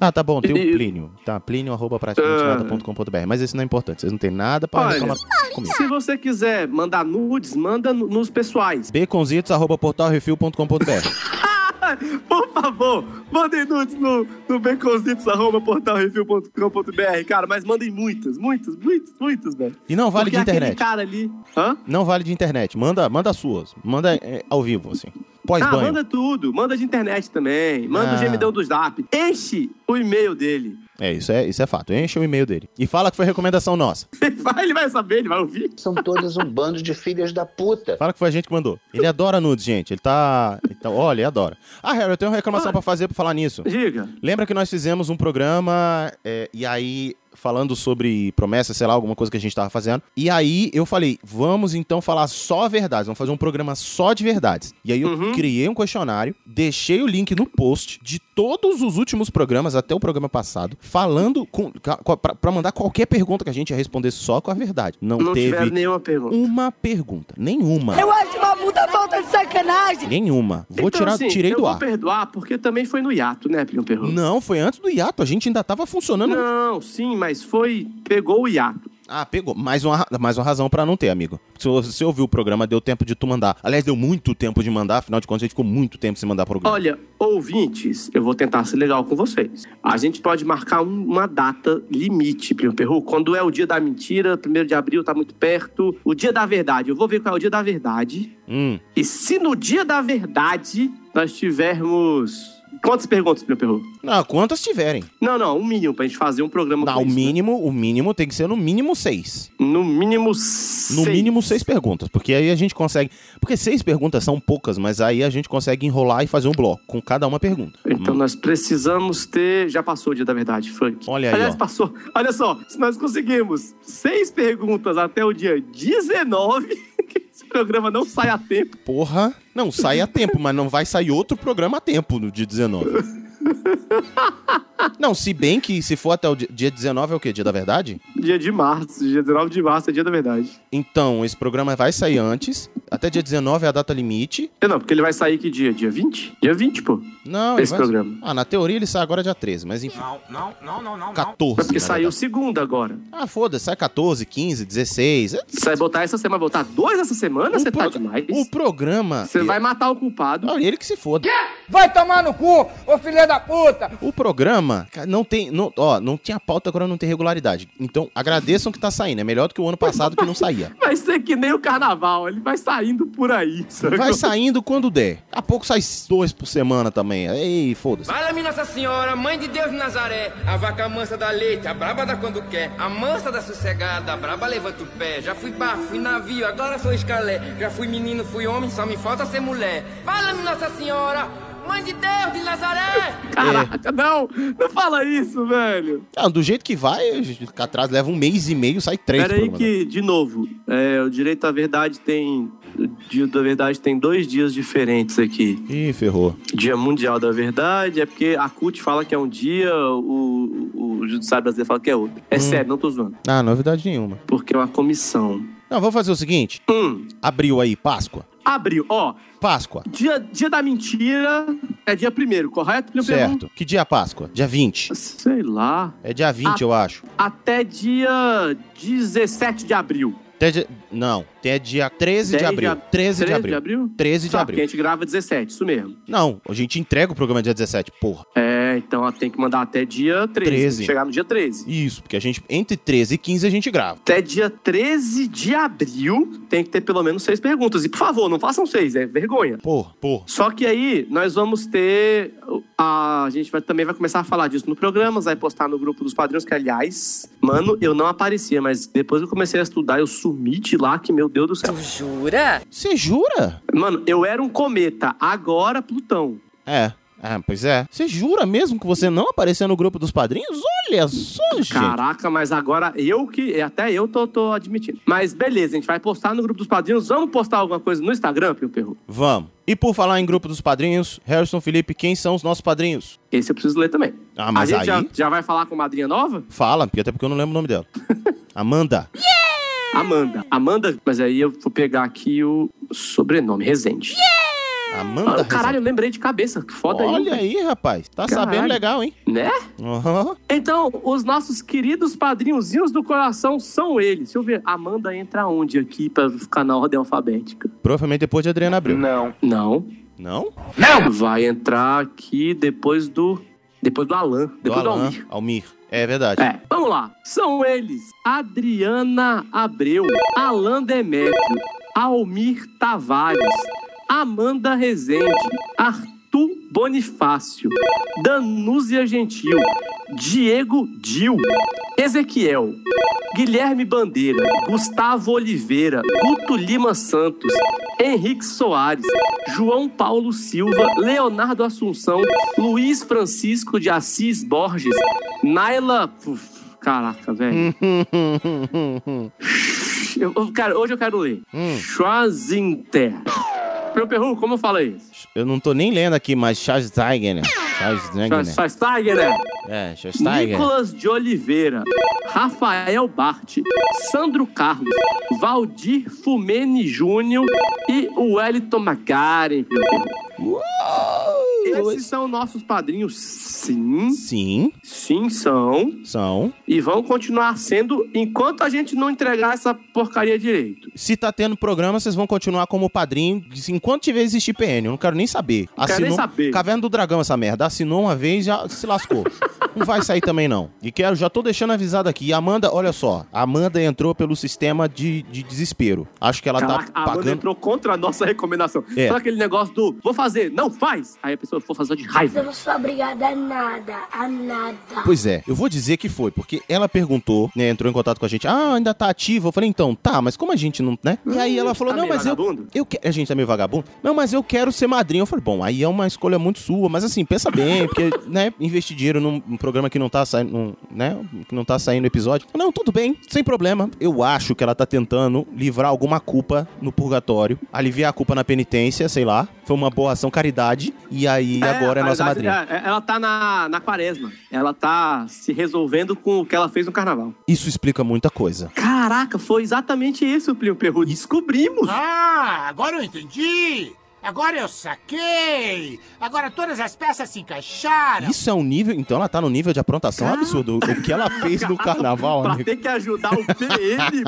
Speaker 2: Ah, tá bom, tem
Speaker 1: E- Ah.
Speaker 2: o Plínio. Tá, Plínio arroba praticamente nada.com.br. Mas esse não é importante, vocês não tem nada pra
Speaker 1: Olha,
Speaker 2: reclamar comigo.
Speaker 1: se você quiser mandar nudes, manda no- nos pessoais.
Speaker 2: Beconzitos arroba portalrefil.com.br.
Speaker 1: É, Por favor, mandem nudes no, no beconzitos, arroba, portalreview.com.br, cara, mas mandem muitas, muitas, muitas, muitas, velho.
Speaker 2: E não vale
Speaker 1: Porque
Speaker 2: de
Speaker 1: aquele
Speaker 2: internet.
Speaker 1: cara ali... Hã?
Speaker 2: Não vale de internet. Manda, manda as suas. Manda é, ao vivo, assim.
Speaker 1: ah,
Speaker 2: Pós-banho.
Speaker 1: manda tudo, manda de internet também, manda
Speaker 2: Ah.
Speaker 1: o gemidão do Zap, enche o e-mail dele.
Speaker 2: É, isso é, isso é fato. Enche o e-mail dele. E fala que foi recomendação nossa.
Speaker 1: Ele vai, ele vai saber, ele vai ouvir.
Speaker 16: São todas um bando de filhas da puta.
Speaker 2: Fala que foi a gente que mandou. Ele adora nudes, gente. Ele tá. ele tá- olha, ele adora. Ah, Harry, eu tenho uma reclamação pra fazer pra falar nisso.
Speaker 1: Diga.
Speaker 2: Lembra que nós fizemos um programa é, e aí falando sobre promessas, sei lá, alguma coisa que a gente tava fazendo. E aí eu falei, vamos então falar só verdades, vamos fazer um programa só de verdades. E aí eu criei um questionário, deixei o link no post de todos os últimos programas até o programa passado, falando com, ca- co- pra, pra mandar qualquer pergunta que a gente ia responder só com a verdade. Não,
Speaker 1: Não
Speaker 2: teve
Speaker 1: tiveram nenhuma pergunta.
Speaker 2: uma pergunta, nenhuma.
Speaker 4: acho uma puta falta de sacanagem.
Speaker 2: Nenhuma. Vou
Speaker 1: Então,
Speaker 2: tirar,
Speaker 1: assim,
Speaker 2: tirei
Speaker 1: eu
Speaker 2: do
Speaker 1: vou
Speaker 2: ar.
Speaker 1: perdoar, porque também foi no hiato, né, Primo Perro?
Speaker 2: Não, foi antes do hiato, a gente ainda tava funcionando.
Speaker 1: Não, sim, mas foi. Pegou o hiato.
Speaker 2: Ah, pegou. Mais uma, ra- mais uma razão pra não ter, amigo. Se você ouviu o programa, deu tempo de tu mandar. Aliás, deu muito tempo de mandar, afinal de contas, a gente ficou muito tempo sem mandar programa.
Speaker 1: Olha, ouvintes, eu vou tentar ser legal com vocês. A gente pode marcar um- uma data limite, Primo Perru. Quando é o dia da mentira, 1 de abril tá muito perto. O dia da verdade, eu vou ver qual é o dia da verdade.
Speaker 2: Hum.
Speaker 1: E se no dia da verdade nós tivermos. Quantas perguntas, Primo Perru?
Speaker 2: Não, quantas tiverem.
Speaker 1: Não, não, um mínimo pra gente fazer um programa
Speaker 2: Não,
Speaker 1: com
Speaker 2: o
Speaker 1: isso.
Speaker 2: mínimo, o mínimo tem que ser no mínimo seis.
Speaker 1: No mínimo
Speaker 2: No mínimo seis perguntas, porque aí a gente consegue. Porque seis perguntas são poucas, mas aí a gente consegue enrolar e fazer um bloco com cada uma pergunta.
Speaker 1: Então nós precisamos ter. Já passou o dia da verdade, funk.
Speaker 2: Olha aí,
Speaker 1: Aliás,
Speaker 2: ó.
Speaker 1: passou. Olha só, se nós conseguimos seis perguntas até o dia 19, que esse programa não sai a tempo.
Speaker 2: Porra, não sai a tempo, mas não vai sair outro programa a tempo no dia 19. Não, se bem que se for até o di- dia 19 é o quê? Dia da verdade?
Speaker 1: Dia de março, dia 19 de março é dia da verdade.
Speaker 2: Então, esse programa vai sair antes. Até dia 19 é a data limite.
Speaker 1: É, Não, porque ele vai sair que dia? Dia 20? Dia 20, pô.
Speaker 2: Não, ele
Speaker 1: Esse
Speaker 2: vai-
Speaker 1: programa.
Speaker 2: Ah, na teoria ele sai agora dia 13, mas enfim. Não, não, não, não, não. 14.
Speaker 1: Mas porque
Speaker 2: na
Speaker 1: saiu
Speaker 2: verdade.
Speaker 1: segunda agora.
Speaker 2: Ah, foda-se, sai 14, 15, 16. É-
Speaker 1: Você vai botar essa semana, vai botar dois essa semana? Você tá demais.
Speaker 2: O programa. é-
Speaker 1: Você vai matar o culpado.
Speaker 2: Não, ele que se foda.
Speaker 7: Vai tomar no cu, ô filha da puta!
Speaker 2: O programa cara, não tem. Não, ó, não tinha pauta, agora não tem regularidade. Então agradeçam que tá saindo. É melhor do que o ano passado que não saía.
Speaker 1: Vai ser que nem o carnaval, ele vai saindo por aí. sacou?
Speaker 2: Vai saindo quando der. A pouco sai dois por semana também. Ei, foda-se.
Speaker 13: Fala-me Nossa Senhora, Mãe de Deus de Nazaré, a vaca mansa da leite, a braba da quando quer, a mansa da sossegada, a braba levanta o pé. Já fui barco, fui navio, agora sou escalé. Já fui menino, fui homem, só me falta ser mulher. Fala-me Nossa Senhora, Mãe de Deus de Nazaré!
Speaker 1: Caraca, não! Não fala isso, velho!
Speaker 2: Ah, do jeito que vai, a gente fica atrás leva um mês e meio, sai três.
Speaker 1: Pera aí
Speaker 2: programas.
Speaker 1: que, de novo, é, o direito à verdade tem. O dia da verdade tem dois dias diferentes aqui.
Speaker 2: Ih, ferrou.
Speaker 1: Dia Mundial da Verdade é porque a CUT fala que é um dia, o, o, o Judiciário Brasileiro fala que é outro.
Speaker 2: Hum.
Speaker 1: É sério, não tô zoando.
Speaker 2: Ah, novidade nenhuma.
Speaker 1: Porque é uma comissão.
Speaker 2: Não, vamos fazer o seguinte. Abriu aí, Páscoa.
Speaker 1: Abril, ó.
Speaker 2: Páscoa.
Speaker 1: Dia, dia da mentira é dia primeiro, correto? Primo Perru?
Speaker 2: Certo. Que dia é a Páscoa? Dia 20.
Speaker 1: Sei lá.
Speaker 2: É dia 20, eu acho.
Speaker 1: Até dia 17 de abril.
Speaker 2: Até dia... Não, até dia 13 de
Speaker 1: 10
Speaker 2: abril. 13 de abril. 13 de
Speaker 1: Só,
Speaker 2: abril.
Speaker 1: Porque a gente grava 17, isso mesmo.
Speaker 2: Não, a gente entrega o programa dia 17, porra.
Speaker 1: É, então ela tem que mandar até dia 13.
Speaker 2: 13.
Speaker 1: Tem que chegar no dia 13.
Speaker 2: Isso, porque a gente entre 13 e 15 a gente grava.
Speaker 1: Até dia 13 de abril tem que ter pelo menos seis perguntas. E por favor, não façam seis, é vergonha.
Speaker 2: Porra, porra.
Speaker 1: Só que aí nós vamos ter. A, a gente vai- também vai começar a falar disso no programa, vai postar no grupo dos padrinhos, que aliás, mano, eu não aparecia, mas depois que eu comecei a estudar, eu sumi de lá, que meu Deus do céu. Tu
Speaker 13: jura?
Speaker 2: Você jura?
Speaker 1: Mano, eu era um cometa, agora Plutão.
Speaker 2: É. Ah, pois é. Você jura mesmo que você não apareceu no grupo dos padrinhos? Olha só, gente.
Speaker 1: Caraca, mas agora eu que. Até eu tô, tô admitindo. Mas beleza, a gente vai postar no grupo dos padrinhos. Vamos postar alguma coisa no Instagram, Pio Perro?
Speaker 2: Vamos. E por falar em grupo dos padrinhos, Harrison Felipe, quem são os nossos padrinhos?
Speaker 1: Esse eu preciso ler também.
Speaker 2: Ah, mas
Speaker 1: a gente
Speaker 2: aí-
Speaker 1: já, já vai falar com madrinha nova?
Speaker 2: Fala, porque até porque eu não lembro o nome dela. Amanda.
Speaker 1: Amanda. Amanda, mas aí eu vou pegar aqui o sobrenome, Rezende.
Speaker 2: Amanda
Speaker 1: Ah, caralho, eu lembrei de cabeça. Que foda
Speaker 2: Olha
Speaker 1: velho.
Speaker 2: aí, rapaz. Tá
Speaker 1: Caralho.
Speaker 2: sabendo legal, hein?
Speaker 1: Né?
Speaker 2: Aham.
Speaker 1: Então, os nossos queridos padrinhozinhos do coração são eles. Deixa eu ver. Amanda entra onde aqui pra ficar na ordem alfabética?
Speaker 2: Provavelmente depois de Adriana Abreu.
Speaker 16: Não.
Speaker 1: Não.
Speaker 2: Não?
Speaker 1: Não! Vai entrar aqui depois do. Depois do Alan. Depois do,
Speaker 2: Alan,
Speaker 1: Almir.
Speaker 2: Almir. É verdade.
Speaker 1: É, vamos lá. São eles: Adriana Abreu, Alan Demetrio, Almir Tavares, Amanda Rezende, Arthur Bonifácio, Danúzia Gentil, Diego Dil, Ezequiel, Guilherme Bandeira, Gustavo Oliveira, Guto Lima Santos, Henrique Soares, João Paulo Silva, Leonardo Assunção, Luiz Francisco de Assis Borges, Naila. Uf, Caraca, velho. Eu- eu- cara, hoje eu quero ler. Schwarzenegger. Meu perru, como eu falo isso?
Speaker 2: Eu não tô nem lendo aqui, mas Charles Tiger. Charles Tiger.
Speaker 1: Schwarzenegger.
Speaker 2: É, Charles Tiger.
Speaker 1: né? Nicolas de Oliveira, Rafael Bart, Sandro Carlos, Valdir Fumene Júnior e o Wellington Macari.
Speaker 2: maravilhoso.
Speaker 1: Esses são nossos padrinhos, sim.
Speaker 2: Sim.
Speaker 1: Sim, são.
Speaker 2: São.
Speaker 1: E vão continuar sendo enquanto a gente não entregar essa porcaria direito.
Speaker 2: Se tá tendo programa, vocês vão continuar como padrinho de- enquanto tiver existir PN. Eu não quero nem saber.
Speaker 1: Não quero nem saber.
Speaker 2: Caverna do Dragão, essa merda. Assinou uma vez, já se lascou. não vai sair também, não. E quero, já tô deixando avisado aqui. Amanda, olha só. Amanda entrou pelo sistema de, de desespero. Acho que ela
Speaker 1: Caraca,
Speaker 2: tá
Speaker 1: a Amanda
Speaker 2: pagando.
Speaker 1: entrou contra a nossa recomendação.
Speaker 2: É.
Speaker 1: Sabe aquele negócio do vou fazer, não faz. Aí a pessoa for fazer de
Speaker 10: Eu
Speaker 1: raiva.
Speaker 10: não sou obrigada a nada, a nada.
Speaker 2: Pois é, eu vou dizer que foi, porque ela perguntou, né, entrou em contato com a gente, ah, ainda tá ativa. Eu falei, então, tá, mas como a gente não, né? E aí ela falou,
Speaker 1: Tá
Speaker 2: não,
Speaker 1: meio
Speaker 2: mas eu,
Speaker 1: vagabundo?
Speaker 2: eu quero. A gente tá meio vagabundo? Não, mas eu quero ser madrinha. Eu falei, bom, aí é uma escolha muito sua, mas assim, pensa bem, porque, né, investir dinheiro num num programa que não tá saindo, num, né, que não tá saindo episódio. Não, tudo bem, sem problema. Eu acho que ela tá tentando livrar alguma culpa no purgatório, aliviar a culpa na penitência, sei lá. Foi uma boa ação, caridade, e aí agora é
Speaker 1: Na
Speaker 2: nossa
Speaker 1: verdade,
Speaker 2: madrinha.
Speaker 1: é, é, ela tá na, na quaresma. Ela tá se resolvendo com o que ela fez no carnaval.
Speaker 2: Isso explica muita coisa.
Speaker 1: Caraca, foi exatamente isso, Plinio Perru. Descobrimos.
Speaker 3: Ah, agora eu entendi! Agora eu saquei! Agora todas as peças se encaixaram!
Speaker 2: Isso é um nível. Então ela tá no nível de aprontação absurdo. O que ela fez no carnaval,
Speaker 1: pra
Speaker 2: amigo.
Speaker 1: ter que ajudar o PN.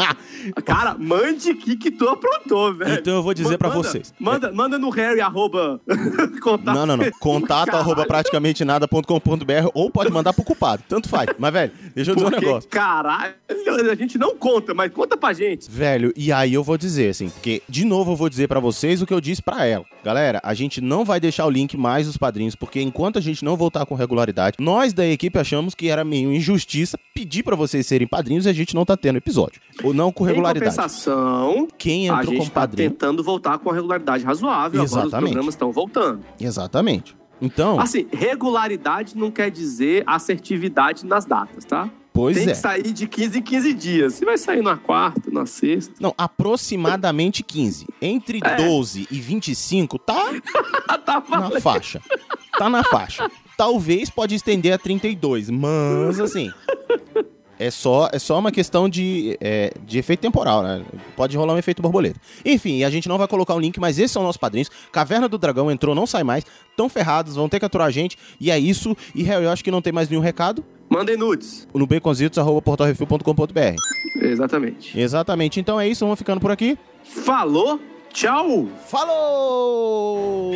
Speaker 1: Cara, mande aqui que tu aprontou, velho.
Speaker 2: Então eu vou dizer
Speaker 1: Ma-
Speaker 2: pra
Speaker 1: manda-
Speaker 2: vocês.
Speaker 1: Manda, manda no Harry, arroba. contato.
Speaker 2: Não, não, não. Contato arroba praticamente nada.com.br ou pode mandar pro culpado. Tanto faz. Mas, velho, deixa eu dizer um
Speaker 1: Porque,
Speaker 2: negócio.
Speaker 1: Caralho, a gente não conta, mas conta pra gente.
Speaker 2: Velho, e aí eu vou dizer, assim, porque, de novo, eu vou dizer pra vocês o que eu disse pra ela. Galera, a gente não vai deixar o link mais os padrinhos, porque enquanto a gente não voltar com regularidade, nós da equipe achamos que era meio injustiça pedir pra vocês serem padrinhos e a gente não tá tendo episódio. Ou não com
Speaker 1: Em
Speaker 2: regularidade.
Speaker 1: compensação,
Speaker 2: Quem
Speaker 1: a
Speaker 2: entrou
Speaker 1: gente
Speaker 2: como
Speaker 1: tá
Speaker 2: padrinho.
Speaker 1: tentando voltar com a regularidade razoável. Agora
Speaker 2: Exatamente.
Speaker 1: os programas estão voltando.
Speaker 2: Exatamente. Então.
Speaker 1: Assim, regularidade não quer dizer assertividade nas datas, tá?
Speaker 2: Pois
Speaker 1: Tem
Speaker 2: é.
Speaker 1: que sair de 15 em 15 dias. Se vai sair na quarta, na sexta.
Speaker 2: Não, aproximadamente 15. Entre
Speaker 1: É.
Speaker 2: 12 e 25 tá, na faixa. Tá na faixa. Talvez pode estender a 32, mas assim. É só, é só uma questão de, é, de efeito temporal, né? Pode rolar um efeito borboleta. Enfim, a gente não vai colocar o link, mas esses são nossos padrinhos. Caverna do Dragão entrou, não sai mais. Tão ferrados, vão ter que aturar a gente. E é isso. E Harry, eu acho que não tem mais nenhum recado.
Speaker 1: Mandem nudes.
Speaker 2: No baconzitos.portalrefil.com.br.
Speaker 1: Exatamente.
Speaker 2: Exatamente. Então é isso, vamos ficando por aqui.
Speaker 1: Falou, tchau.
Speaker 2: Falou!